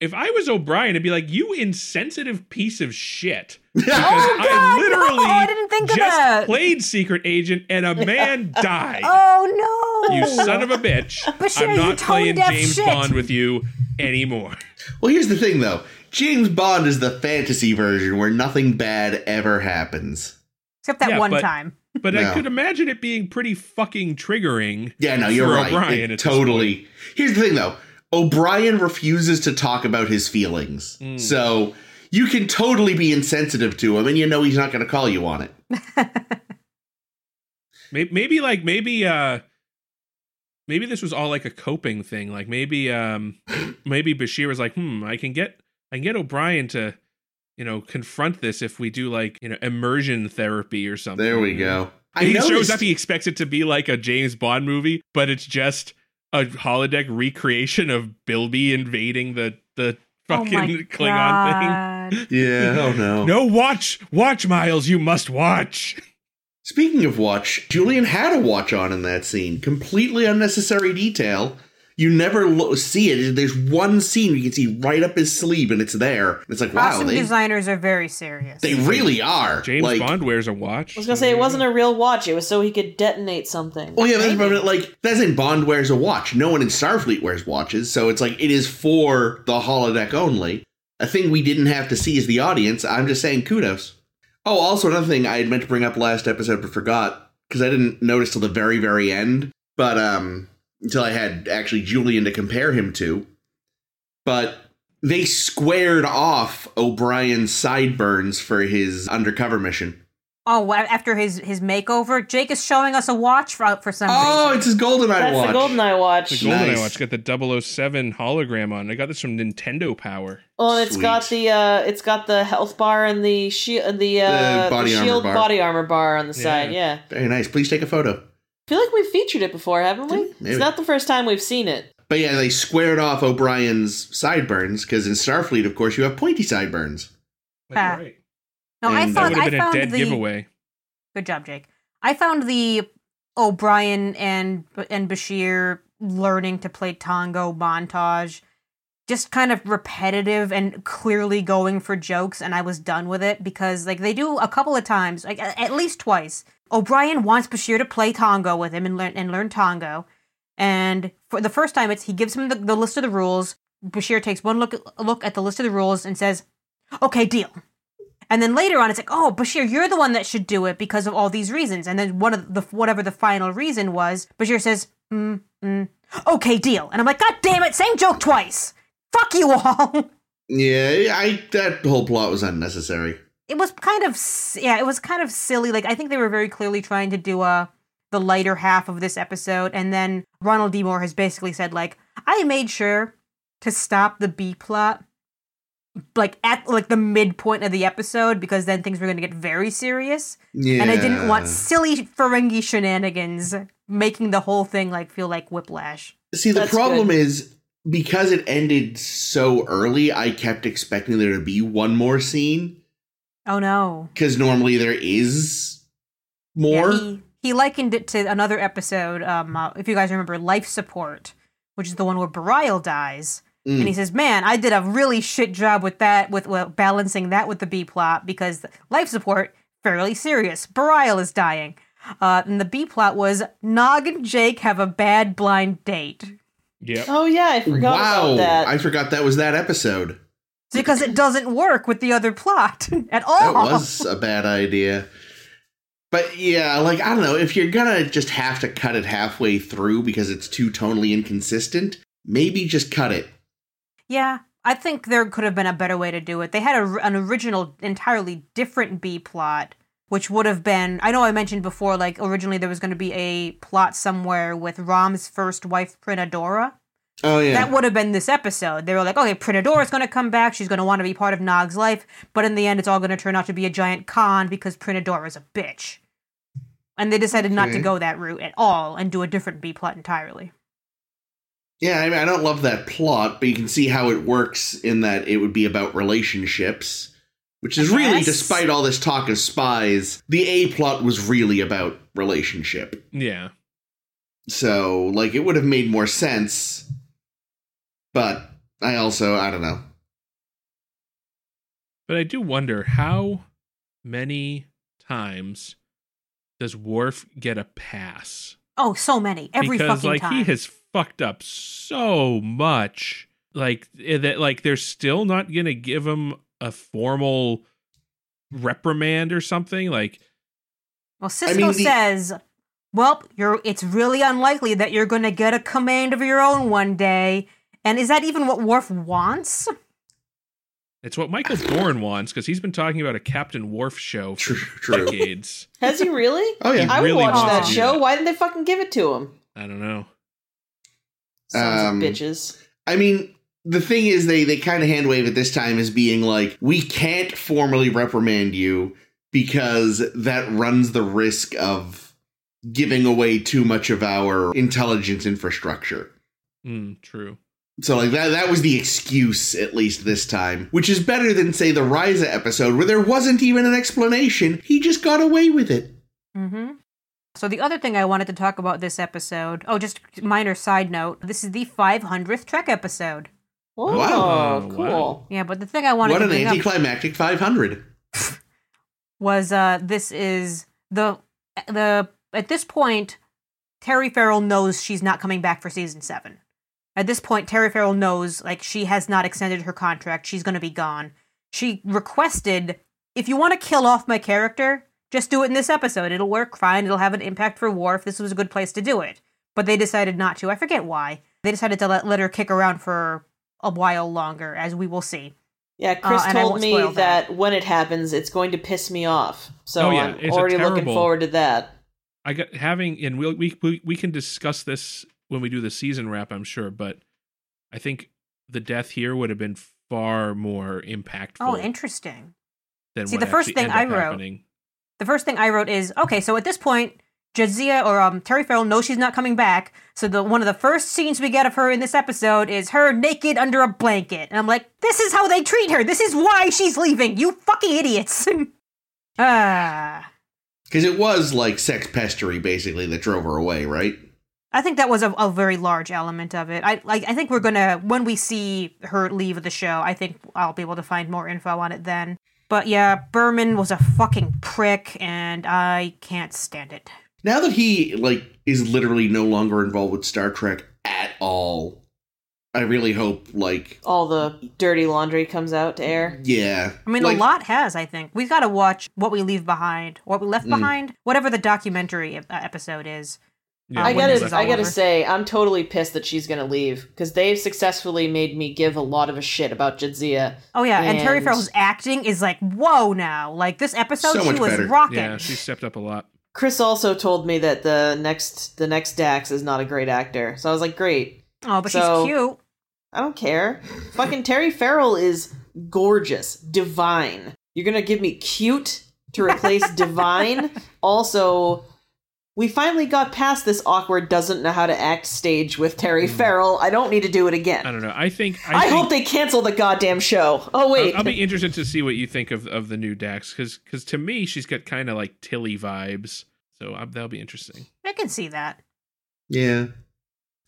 S2: If I was O'Brien, I'd be like, "You insensitive piece of shit."
S4: Oh, God, no, I didn't think of
S2: just
S4: that.
S2: played secret agent and a man died.
S4: Oh no!
S2: You son of a bitch!
S4: But sure,
S2: I'm
S4: you
S2: not playing
S4: tone-deaf
S2: James
S4: shit.
S2: Bond with you anymore.
S3: Well, here's the thing though. James Bond is the fantasy version where nothing bad ever happens.
S4: Except that
S2: Yeah,
S4: one
S2: but-
S4: time.
S2: But I
S3: No.
S2: could imagine it being pretty fucking triggering.
S3: Yeah, no, you're
S2: for
S3: right.
S2: O'Brien
S3: It
S2: at this
S3: totally. Here's the thing, though. O'Brien refuses to talk about his feelings,
S2: Mm.
S3: so you can totally be insensitive to him, and you know he's not going to call you on it.
S2: Maybe, maybe like maybe uh maybe this was all like a coping thing. Like maybe um maybe Bashir was like, "Hmm, I can get I can get O'Brien to you know confront this if we do like you know immersion therapy or something."
S3: There we go. I
S2: he shows
S3: noticed-
S2: up. He expects it to be like a James Bond movie, but it's just a holodeck recreation of Bilby invading the the
S3: Oh
S4: Oh,
S2: fucking Klingon
S4: thing.
S3: yeah. Oh no.
S2: thing. No, watch, watch, Miles. You must watch.
S3: Speaking of watch, Julian had a watch on in that scene. Completely unnecessary detail. You never lo- see it. There's one scene you can see right up his sleeve, and it's there. It's like, wow,
S4: Costume
S3: they,
S4: designers are very serious.
S3: they really are.
S2: James
S3: like,
S2: Bond wears a watch.
S1: I was gonna say it wasn't a real watch. It was so he could detonate something.
S3: Well, Oh, yeah, that's about it. Like that's in Bond wears a watch. No one in Starfleet wears watches, so it's like it is for the holodeck only. A thing we didn't have to see as the audience. I'm just saying kudos. Oh, also another thing I had meant to bring up last episode but forgot because I didn't notice till the very very end. But um, until I had actually Julian to compare him to. But they squared off O'Brien's sideburns for his undercover mission.
S4: oh, wa- after his his makeover, Jake is showing us a watch for, for some
S3: Oh,
S4: reason.
S3: it's his golden eye
S1: That's
S3: watch.
S1: the GoldenEye watch.
S2: The golden
S3: Nice.
S2: I watch got the 007 hologram on. I got this from Nintendo Power.
S1: Well, Oh, and it's
S3: Sweet.
S1: got the uh, it's got the health bar and the shield and the, uh,
S3: The body
S1: the
S3: armor
S1: shield
S3: bar.
S1: body armor bar on the
S2: Yeah.
S1: side. Yeah,
S3: Very nice. Please take a photo.
S1: I feel like we've featured it before, haven't we?
S3: Maybe.
S1: It's not the first time we've seen it.
S3: But yeah, they squared off O'Brien's sideburns because in Starfleet, of course, you have pointy sideburns.
S4: Ah.
S2: right.
S4: no, I
S3: and
S2: That
S4: found
S2: would have
S4: I
S2: been a
S4: found
S2: dead
S4: the
S2: giveaway.
S4: good job, Jake. I found the O'Brien and and Bashir learning to play tango montage just kind of repetitive and clearly going for jokes and I was done with it because like they do a couple of times like a- at least twice O'Brien wants Bashir to play tango with him and learn and learn tango and for the first time it's he gives him the, the list of the rules Bashir takes one look look at the list of the rules and says okay deal and then later on, it's like, oh, Bashir, you're the one that should do it because of all these reasons. And then one of the whatever the final reason was, Bashir says, mm, mm, okay, deal. And I'm like, God damn it, same joke twice. Fuck you all.
S3: Yeah, I that whole plot was unnecessary.
S4: It was kind of s- yeah, it was kind of silly. Like I think they were very clearly trying to do uh the lighter half of this episode, and then Ronald D. Moore has basically said like, I made sure to stop the B plot like at like the midpoint of the episode because then things were going to get very serious.
S3: Yeah,
S4: and I didn't want silly Ferengi shenanigans making the whole thing like feel like whiplash.
S3: See, the
S1: That's
S3: problem is because it ended so early, I kept expecting there to be one more scene
S4: Oh no!
S3: because normally there is more.
S4: Yeah, he, he likened it to another episode. Um, uh, if you guys remember, Life Support, which is the one where Barial dies,
S3: Mm.
S4: and he says, "Man, I did a really shit job with that, with well, balancing that with the B plot because Life Support fairly serious. Barial is dying." Uh, and the B plot was Nog and Jake have a bad blind date.
S2: Yep.
S1: Oh yeah, I forgot
S3: Mm. wow,
S1: about that.
S3: I forgot that was that episode.
S4: because it doesn't work with the other plot at all.
S3: That was a bad idea. But yeah, like I don't know, if you're gonna just have to cut it halfway through because it's too tonally inconsistent, maybe just cut it.
S4: Yeah, I think there could have been a better way to do it. They had a, an original, entirely different B plot, which would have been. I know I mentioned before, like originally there was going to be a plot somewhere with Rom's first wife, Prinadora.
S3: Oh yeah.
S4: That would have been this episode. They were like, okay, Prinadora's going to come back. She's going to want to be part of Nog's life. But in the end, it's all going to turn out to be a giant con because Prinadora's a bitch. And they decided not to
S3: Okay.
S4: go that route at all and do a different B plot entirely.
S3: yeah, I mean I don't love that plot, but you can see how it works in that it would be about relationships. Which is really,
S1: Yes.
S3: despite all this talk of spies, the A plot was really about relationship.
S2: Yeah.
S3: So, like, it would have made more sense. But I also, I don't know.
S2: But I do wonder how many times does Worf get a pass?
S4: Oh, so many. Every
S2: because
S4: fucking
S2: like
S4: time.
S2: he has fucked up so much, like eh, that, like they're still not gonna give him a formal reprimand or something. Like
S4: well, Cisco
S3: mean, the-
S4: says, "Well, you're. It's really unlikely that you're going to get a command of your own one day." And is that even what Worf wants?
S2: it's what Michael Dorn wants because he's been talking about a Captain Worf show for
S3: True, true.
S2: decades.
S1: Has he really?
S3: Oh yeah.
S1: I would
S2: really
S1: watch
S4: wants
S1: that
S4: to do
S1: show.
S2: that.
S1: Why didn't they fucking give it to him?
S2: I don't know.
S1: Sons
S3: Um,
S1: of bitches.
S3: I mean, the thing is, they they kind of hand wave it this time as being like, we can't formally reprimand you because that runs the risk of giving away too much of our intelligence infrastructure.
S2: Mm, true.
S3: So like that that was the excuse at least this time, which is better than say the Riza episode where there wasn't even an explanation. He just got away with it.
S4: Mm-hmm. So the other thing I wanted to talk about this episode. Oh, just minor side note. This is the 500th Trek episode.
S1: Whoa,
S3: wow.
S1: Oh, cool.
S2: Wow.
S4: Yeah, but the thing I wanted
S3: What
S4: to
S3: an
S4: bring up
S3: anticlimactic 500.
S4: was uh this is the the at this point Terry Farrell knows she's not coming back for season 7. At this point Terry Farrell knows like she has not extended her contract. She's going to be gone. She requested if you want to kill off my character, just do it in this episode. It'll work fine. It'll have an impact for Worf. This was a good place to do it. But they decided not to. I forget why. They decided to let, let her kick around for a while longer as we will see.
S1: Yeah, Chris
S4: Uh, and I
S1: told
S4: won't
S1: me
S4: spoil
S1: that.
S4: that.
S1: when it happens, it's going to piss me off. So
S2: Oh, yeah,
S1: I'm
S2: it's a
S1: already looking
S2: terrible-
S1: forward to that.
S2: I got having, and we'll, we we we can discuss this when we do the season wrap, I'm sure. But I think the death here would have been far more impactful.
S4: Oh, interesting.
S2: than
S4: See,
S2: what
S4: the first
S2: actually
S4: thing
S2: ended
S4: I
S2: up
S4: wrote-
S2: happening.
S4: the first thing I wrote is okay. So at this point, Jadzia or um, Terry Farrell knows she's not coming back. So the one of the first scenes we get of her in this episode is her naked under a blanket, and I'm like, this is how they treat her. This is why she's leaving. You fucking idiots. ah,
S3: Because it was like sex pestery basically that drove her away, right?
S4: I think that was a, a very large element of it. I like. I think we're gonna when we see her leave the show. I think I'll be able to find more info on it then. But yeah, Berman was a fucking prick, and I can't stand it.
S3: Now that he like is literally no longer involved with Star Trek at all, I really hope like
S1: All the dirty laundry comes out to air.
S3: yeah.
S4: I mean,
S3: like,
S4: a lot has, I think. We've got to watch What We Leave Behind, What We Left
S3: Mm.
S4: Behind, whatever the documentary ep- uh, episode is.
S2: Yeah,
S1: I
S4: when
S2: wouldn't
S4: this
S1: gotta,
S4: is
S2: have
S4: all
S1: I gotta
S4: over.
S1: say, I'm totally pissed that she's gonna leave because they've successfully made me give a lot of a shit about Jadzia.
S4: Oh, yeah, and, Terry
S1: And-
S4: Farrell's acting is like, whoa now. Like, this episode,
S3: So
S4: she
S3: much
S4: was
S3: better.
S4: rocking.
S2: Yeah, she stepped up a lot.
S1: Chris also told me that the next the next Dax is not a great actor, so I was like, great.
S4: oh, but
S1: So-
S4: she's cute.
S1: I don't care. Fucking Terry Farrell is gorgeous, divine. You're gonna give me cute to replace divine. Also, we finally got past this awkward doesn't know how to act stage with Terry Farrell. I don't need to do it again.
S2: Hmm. I don't know. I think I,
S1: I,
S2: think,
S1: hope they cancel the goddamn show. Oh wait,
S2: I'll, I'll be interested to see what you think of of the new Dax because to me she's got kind of like Tilly vibes. So um, that'll be interesting.
S4: I can see that.
S3: yeah.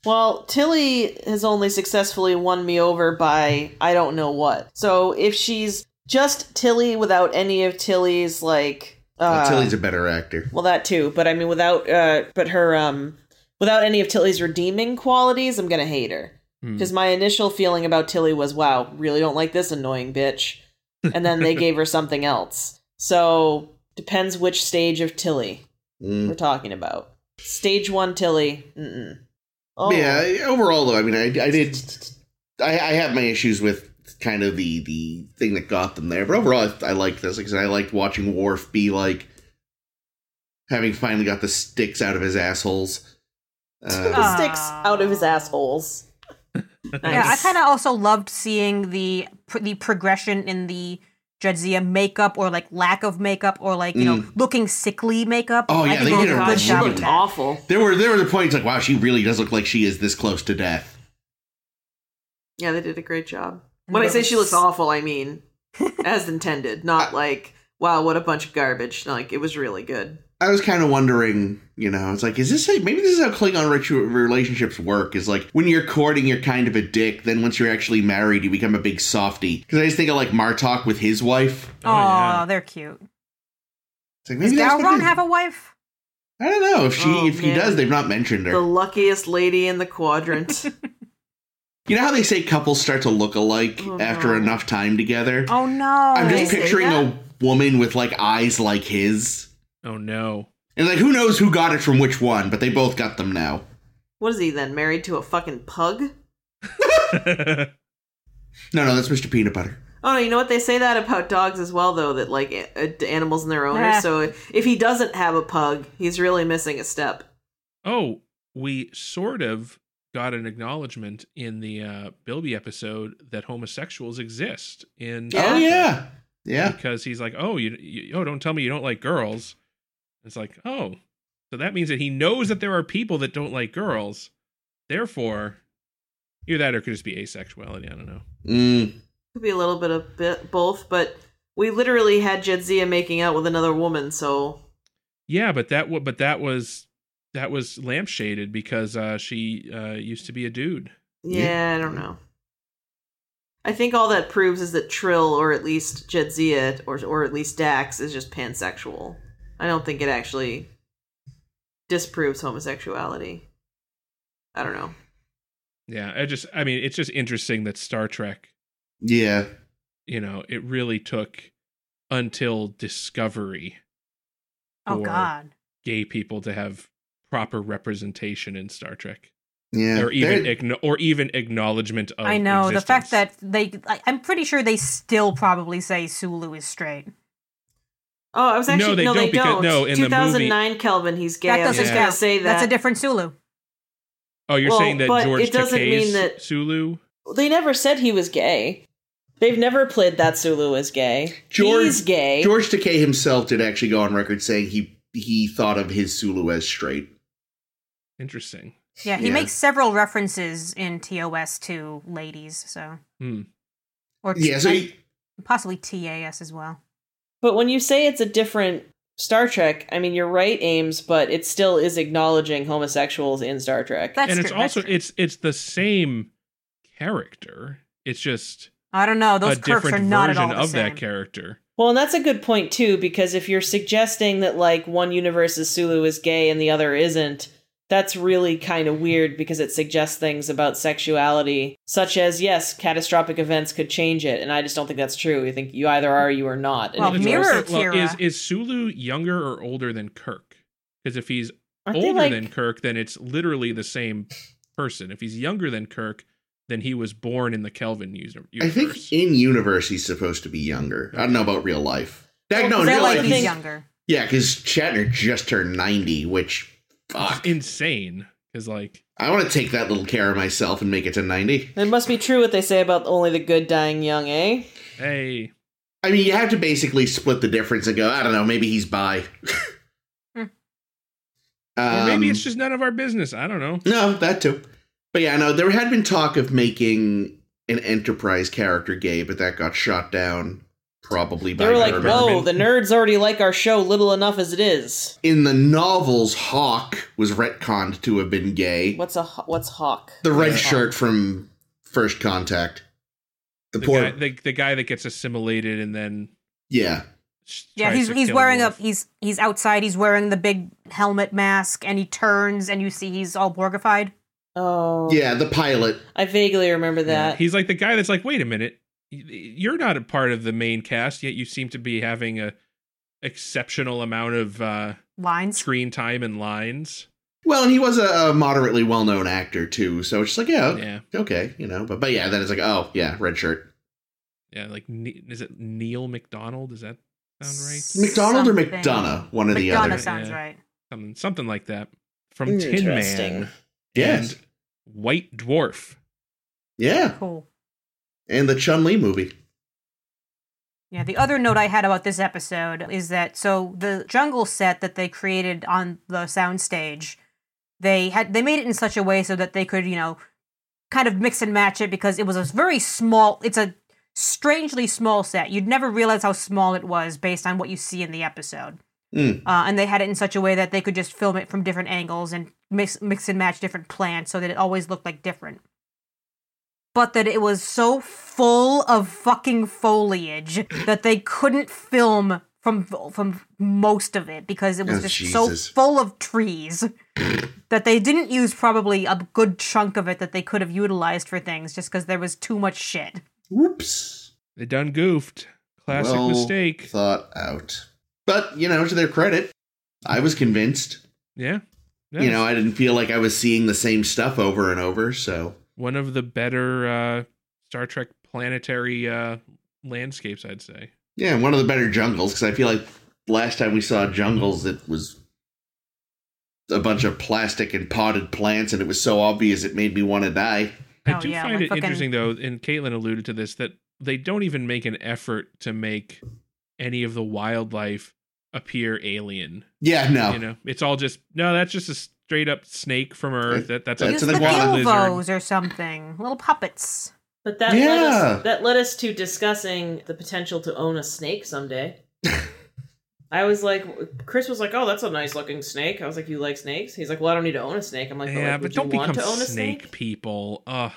S1: Well, Tilly has only successfully won me over by I don't know what. So if she's just Tilly without any of Tilly's like uh,
S3: Uh, Tilly's a better actor.
S1: well that too, but I mean without uh but her um without any of Tilly's redeeming qualities, I'm going to hate her.
S2: Hmm.
S1: Cuz my initial feeling about Tilly was wow, really don't like this annoying bitch. And then they gave her something else. So depends which stage of Tilly
S3: Mm.
S1: we're talking about. Stage 1 Tilly. Mm-mm. Oh.
S3: Yeah. I- Overall, though, I mean, I, I did. I, I have my issues with kind of the the thing that got them there, but overall, I, I liked this because I liked watching Worf be like having finally got the sticks out of his assholes. Uh,
S1: the sticks out of his assholes.
S4: Yeah, I kind of also loved seeing the pr- the progression in the Jadzia makeup or like lack of makeup or like, you know, looking sickly makeup.
S3: Mm. Oh, yeah,
S4: I think
S3: they
S4: they
S3: did
S4: did
S3: a
S4: a good
S3: really
S4: job
S3: good
S4: of that.
S1: awful.
S3: there were there were the points like, wow, she really does look like she is this close to death.
S1: Yeah, they did a great job.
S4: And
S1: When I say
S4: there
S1: she
S4: was-
S1: looks awful, I mean as intended, not like wow, what a bunch of garbage. Like it was really good.
S3: I was kind of wondering, you know, it's like, is this a, maybe this is how Klingon ritual relationships work? Is like when you're courting, you're kind of a dick. Then once you're actually married, you become a big softy. Because I just think of like Martok with his wife.
S4: Oh,
S2: yeah.
S4: they're cute.
S3: It's like
S4: Does
S3: maybe that's what
S4: Gowron
S3: they-
S4: have a wife?
S3: I don't know if she
S1: Oh,
S3: if he
S1: man.
S3: does, they've not mentioned her.
S5: The luckiest lady in the quadrant.
S3: you know how they say couples start to look alike
S5: Oh,
S3: after
S5: no.
S3: enough time together.
S4: Oh no.
S3: I'm
S5: they
S3: just
S5: say
S3: picturing
S5: that?
S3: a woman with like eyes like his,
S2: Oh no.
S3: and like who knows who got it from which one, but they both got them now.
S5: what is he then? Married to a fucking pug?
S3: No, no, that's Mr. Peanut Butter.
S5: Oh no, you know what they say that about dogs as well, though that like a- a- animals and their owners.
S4: Yeah.
S5: So if he doesn't have a pug, he's really missing a step.
S2: oh, we sort of got an acknowledgement in the uh, Bilby episode that homosexuals exist in
S5: Yeah.
S3: Oh yeah, yeah.
S2: because he's like, oh, you, you, oh, don't tell me you don't like girls. It's like, oh, so that means that he knows that there are people that don't like girls. Therefore, either that or it could just be asexuality. I don't know.
S3: Mm.
S5: Could be a little bit of bit both, but we literally had Jedzia making out with another woman. So
S2: Yeah, but that wa- but that was that was lampshaded because uh, she uh, used to be a dude.
S5: yeah, I don't know. I think all that proves is that Trill, or at least Jedzia, or or at least Dax, is just pansexual. I don't think it actually disproves homosexuality. I don't know.
S2: Yeah, I just I mean it's just interesting that Star Trek,
S3: Yeah.
S2: you know, it really took until Discovery
S4: oh
S2: for
S4: god.
S2: gay people to have proper representation in Star Trek.
S3: Yeah.
S2: or even
S3: They're-
S2: igno- or even acknowledgement of
S4: I know the fact
S2: existence.
S4: that they. I, I'm pretty sure they still probably say Sulu is straight.
S5: Oh, I was
S2: No,
S5: actually
S2: they
S5: no,
S2: don't because- no, in the movie-
S5: 2009 Kelvin, he's gay.
S4: That
S5: I was
S4: doesn't
S5: just
S4: count.
S5: gonna say that.
S4: That's a different Sulu.
S2: oh you're
S5: well,
S2: saying that
S5: but
S2: George
S5: it doesn't
S2: Takei's
S5: mean that-
S2: Sulu
S1: They never said he was gay. They've never played that Sulu as gay.
S3: George-
S1: He's gay.
S3: George Takei himself did actually go on record saying he he thought of his Sulu as straight.
S2: interesting
S4: Yeah, he
S3: Yeah.
S4: makes several references in TOS to ladies, so
S2: hmm.
S4: or
S3: Yeah. So
S4: and
S3: he,
S4: possibly TAS as well.
S1: But when you say it's a different Star Trek, I mean you're right, Ames, but it still is acknowledging homosexuals in Star Trek.
S4: That's
S2: and it's
S4: true, that's
S2: also
S4: true.
S2: it's it's the same character it's just
S4: I don't know; those
S2: a
S4: quirks
S2: different
S4: are not at
S2: version
S4: all the
S2: of
S4: same.
S2: that character
S1: well, and that's a good point too, because if you're suggesting that like one universe's Sulu is gay and the other isn't, that's really kind of weird because it suggests things about sexuality, such as yes, catastrophic events could change it, and I just don't think that's true. You think you either are or you are not. And
S4: Well,
S1: if
S2: It's
S1: you are-
S4: Mirror
S2: also- well,
S4: Kira.
S2: is is Sulu younger or older than Kirk? Because if he's
S1: aren't they,
S2: older
S1: like-
S2: than Kirk, then it's literally the same person. If he's younger than Kirk, then he was born in the Kelvin use-
S3: I
S2: universe.
S3: think in universe he's supposed to be younger. I don't know about real life. That, Oh, no,
S1: They're
S3: in
S4: They're
S3: real
S4: like
S3: life,
S4: he's
S1: think-
S3: he's,
S4: younger.
S3: yeah, because Shatner just turned ninety, which
S2: It's
S3: fuck.
S2: insane. Because like,
S3: I want to take that little care of myself and make it to ninety.
S1: It must be true what they say about only the good dying young, eh?
S2: hey,
S3: I mean, you have to basically split the difference and go. I don't know. Maybe he's bi.
S4: Hmm.
S2: or maybe
S3: Um,
S2: it's just none of our business. I don't know.
S3: No, that too. But yeah, no, there had been talk of making an Enterprise character gay, but that got shot down probably by
S1: They were like,
S3: Berman.
S1: whoa,
S2: Berman.
S1: the nerds already like our show little enough as it is.
S3: In the novels, Hawk was retconned to have been gay.
S1: What's a ho- what's Hawk?
S3: The red
S1: Yeah.
S3: shirt from First Contact. The,
S2: The
S3: poor,
S2: guy, the, the guy that gets assimilated and then
S3: yeah,
S2: s-
S4: Yeah,
S2: tries
S4: he's
S2: to
S4: he's
S2: kill
S4: wearing a
S2: Worf.
S4: he's he's outside. He's wearing the big helmet mask, and he turns, and you see he's all Borgified.
S1: Oh,
S3: yeah, the pilot.
S1: I vaguely remember
S2: Yeah,
S1: that.
S2: He's like the guy that's like, wait a minute, y- you're not a part of the main cast yet. You seem to be having a exceptional amount of uh,
S4: Lines.
S2: screen time and lines.
S3: Well, and he was a, a moderately well-known actor too, so it's just like, yeah,
S2: Yeah,
S3: okay, you know. But but yeah, then it's like, oh yeah, red shirt.
S2: yeah. Like, Ne- is it Neil McDonald? Does that sound right?
S3: McDonald or
S4: Something.
S3: McDonough, one or the
S4: McDonough
S3: other.
S4: sounds
S2: Yeah.
S4: right.
S2: Something, something like that from Tin
S1: Interesting.
S2: Man
S3: Yes,
S2: and White Dwarf.
S3: yeah,
S4: Cool.
S3: and the Chun Li movie.
S4: Yeah, the other note I had about this episode is that so the jungle set that they created on the soundstage, they had they made it in such a way so that they could, you know, kind of mix and match it because it was a very small it's a strangely small set. You'd never realize how small it was based on what you see in the episode.
S3: Mm.
S4: uh, and they had it in such a way that they could just film it from different angles and mix mix and match different plants so that it always looked like different. But that it was so full of fucking foliage that they couldn't film from from most of it because it was
S3: Oh,
S4: just
S3: Jesus.
S4: so full of trees that they didn't use probably a good chunk of it that they could have utilized for things just because there was too much shit.
S3: Whoops.
S2: They done goofed. Classic
S3: Well
S2: mistake.
S3: Thought out. But, you know, to their credit, I was convinced.
S2: Yeah. Yeah.
S3: You know, I didn't feel like I was seeing the same stuff over and over, so
S2: one of the better uh, Star Trek planetary uh, landscapes, I'd say.
S3: yeah, one of the better jungles cuz I feel like last time we saw jungles it was a bunch of plastic and potted plants and it was so obvious it made me want to die.
S2: I
S4: Oh,
S2: do
S4: yeah,
S2: find
S4: like
S2: it
S4: fucking-
S2: interesting, though, and Caitlin alluded to this, that they don't even make an effort to make any of the wildlife appear alien.
S3: Yeah, no.
S2: You know, it's all just no. That's just a straight up snake from Earth. That that's
S3: That's
S4: Use
S2: a
S3: an
S4: the
S3: iguana
S2: lizard.
S4: Bilvos or something, little puppets.
S1: But that led
S3: Yeah.
S1: us that led us to discussing the potential to own a snake someday. I was like, Chris was like, "Oh, that's a nice looking snake." I was like, "You like snakes?" He's like, "Well, I don't need to own a snake." I'm like,
S2: Yeah,
S1: like,
S2: but
S1: would
S2: don't
S1: you want
S2: become
S1: to own a
S2: snake,
S1: snake?
S2: people. Ugh.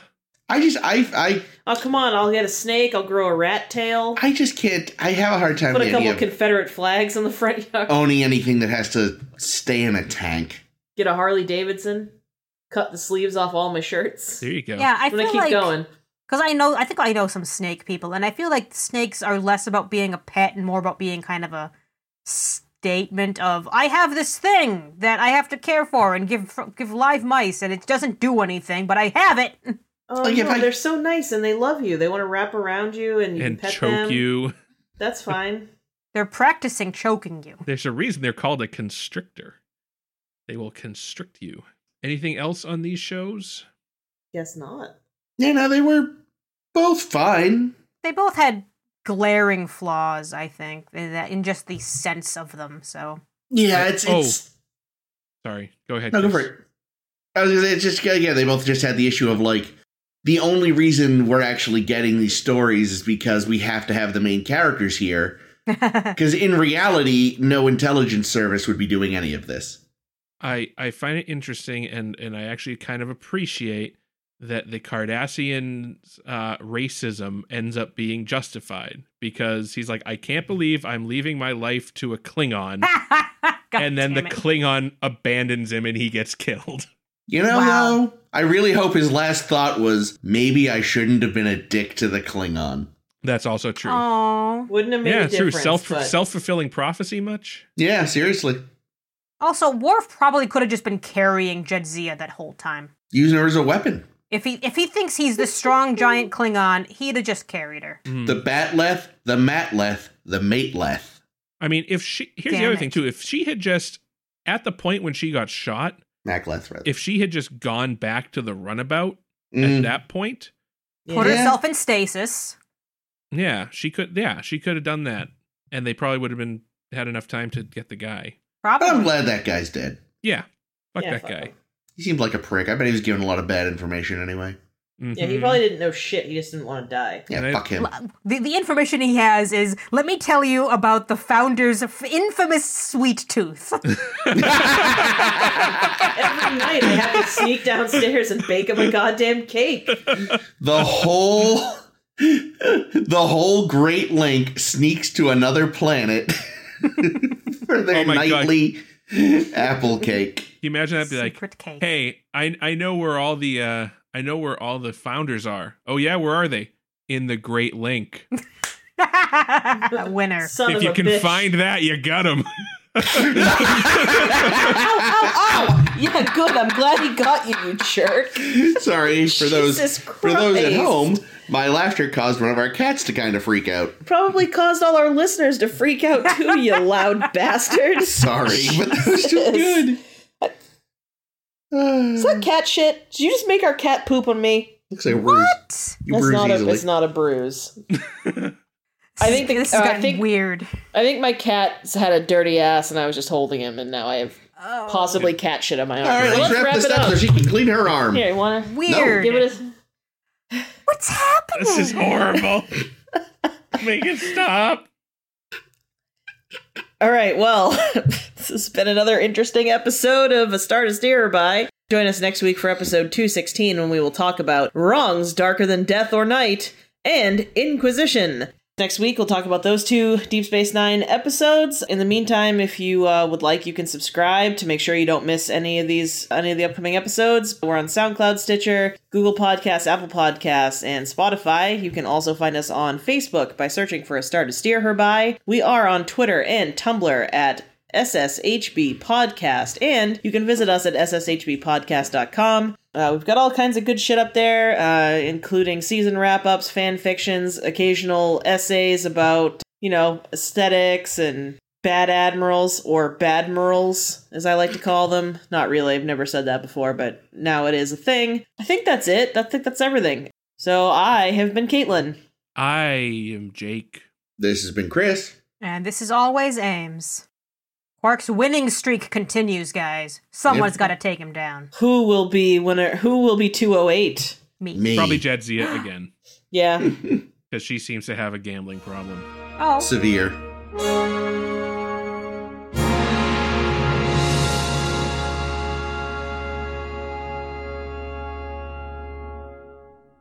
S3: I just I I
S1: Oh, come on! I'll get a snake. I'll grow a rat tail.
S3: I just can't I have a hard time
S1: Put a
S3: with the
S1: couple
S3: idea Oh. of
S1: Confederate flags on the front yard.
S3: owning anything that has to stay in a tank.
S1: Get a Harley Davidson. Cut the sleeves off all my shirts.
S2: There you go.
S4: Yeah, I
S1: I'm gonna
S4: feel
S1: keep
S4: like
S1: going.
S4: Because I know, I think I know some snake people, and I feel like snakes are less about being a pet and more about being kind of a statement of I have this thing that I have to care for and give give live mice, and it doesn't do anything, but I have it.
S1: Oh,
S3: Like, if
S1: no,
S3: I-
S1: they're so nice and they love you. They want to wrap around you and you can
S2: And
S1: pet
S2: choke
S1: them.
S2: you.
S1: That's fine.
S4: They're practicing choking you.
S2: There's a reason they're called a constrictor. They will constrict you. Anything else on these shows?
S1: Guess not.
S3: Yeah, no, they were both fine.
S4: They both had glaring flaws, I think, in that in just the sense of them. So
S3: Yeah,
S2: Like,
S3: it's
S2: oh.
S3: it's
S2: Sorry, go ahead.
S3: no go for
S2: Chris.
S3: it. I was gonna say it's just yeah, they both just had the issue of like the only reason we're actually getting these stories is because we have to have the main characters here. Because in reality, no intelligence service would be doing any of this.
S2: I I find it interesting, and and I actually kind of appreciate that the Cardassians' uh, racism ends up being justified because he's like, I can't believe I'm leaving my life to
S1: Ah,
S2: a Klingon, and then the Klingon abandons him and he gets killed.
S3: You know,
S4: Wow.
S3: though, I really hope his last thought was maybe I shouldn't have been a dick to the Klingon.
S2: That's also true.
S4: Oh.
S1: Wouldn't have made
S2: yeah,
S1: a difference.
S2: true. Self
S1: but-
S2: self fulfilling prophecy much.
S3: Yeah, seriously.
S4: Also, Worf probably could have just been carrying Jedzia that whole time.
S3: Using her as a weapon.
S4: If he if he thinks he's the strong giant Klingon, he'd have just carried her.
S2: Mm.
S3: The Batleth, the Matleth, the Mateleth.
S2: I mean, if she here's the
S4: Damn
S2: other
S4: it.
S2: thing too. If she had just at the point when she got shot,
S3: Macleth, rather.
S2: if she had just gone back to the runabout
S3: Mm.
S2: at that point,
S1: Yeah.
S4: Put
S3: Yeah.
S4: herself in stasis.
S2: yeah, she could. Yeah, she could have done that, and they probably would have been had enough time to get the guy.
S4: Probably.
S3: But I'm glad that guy's dead.
S2: Yeah, fuck
S1: Yeah,
S2: that
S1: fuck
S2: guy.
S1: him.
S3: He seemed like a prick. I bet he was given a lot of bad information anyway.
S1: Yeah, he
S2: Mhm.
S1: probably didn't know shit. He just didn't want to die.
S3: Yeah,
S2: And I-
S3: fuck him.
S4: The, the information he has is let me tell you about the founder's f- infamous sweet tooth.
S1: Every night I have to sneak downstairs and bake him a goddamn cake.
S3: The whole the whole Great Link sneaks to another planet for their
S2: Oh my God.
S3: nightly apple cake.
S2: Can you imagine that? Be like,
S4: Secret cake.
S2: hey, I I know where all the uh I know where all the founders are. Oh yeah, where are they? In the Great Link.
S4: Winner.
S1: Son
S2: if
S1: of
S2: you
S1: a
S2: can
S1: bitch.
S2: find that, you got him.
S1: yeah, good. I'm glad he got you, you jerk.
S3: Sorry for those
S1: Jesus
S3: for those at
S1: Christ.
S3: home. My laughter caused one of our cats to kind of freak out.
S1: Probably caused all our listeners to freak out too, you loud bastards.
S3: Sorry, but that was too good.
S1: Is
S3: Uh,
S1: that cat shit? Did you just make our cat poop on me?
S3: looks like we're you
S1: That's
S3: bruise
S1: not a,
S3: easily.
S1: it's not a bruise. I think the-
S4: this
S1: uh,
S4: is
S1: I
S4: gotten
S1: think-
S4: weird.
S1: I think my cat's had a dirty ass and I was just holding him and now I have
S4: Oh,
S1: possibly cat shit on my arm.
S3: All right,
S1: So
S3: let's, wrap, this
S1: it
S3: up, so she can clean her arm.
S1: Here, you wanna
S4: weird.
S1: give it a
S4: What's happening?
S2: This is horrible. Make it stop.
S1: All right, well, this has been another interesting episode of A Star is Nearer By. Join us next week for episode 216 when we will talk about Wrongs Darker Than Death or Night and Inquisition. Next week, we'll talk about those two Deep Space Nine episodes. In the meantime, if you uh, would like, you can subscribe to make sure you don't miss any of these, any of the upcoming episodes. We're on SoundCloud, Stitcher, Google Podcasts, Apple Podcasts, and Spotify. You can also find us on Facebook by searching for a star to steer her by. We are on Twitter and Tumblr at SSHB Podcast, and you can visit us at sshbpodcast.com. Uh, we've got all kinds of good shit up there, uh, including season wrap ups, fan fictions, occasional essays about, you know, aesthetics and bad admirals or badmirals, as I like to call them. Not really, I've never said that before, but now it is a thing. I think that's it. I think that's everything. So I have been Caitlin.
S2: I am Jake.
S3: This has been Chris.
S4: And this is always Ames. Quark's winning streak continues, guys. Someone's
S3: Yep.
S4: got to take him down.
S1: Who will be winner? Who will be 208?
S4: Me.
S3: Me.
S2: Probably Jedzia again,
S1: Yeah.
S2: because she seems to have a gambling problem.
S4: Oh.
S3: Severe.
S1: Bye.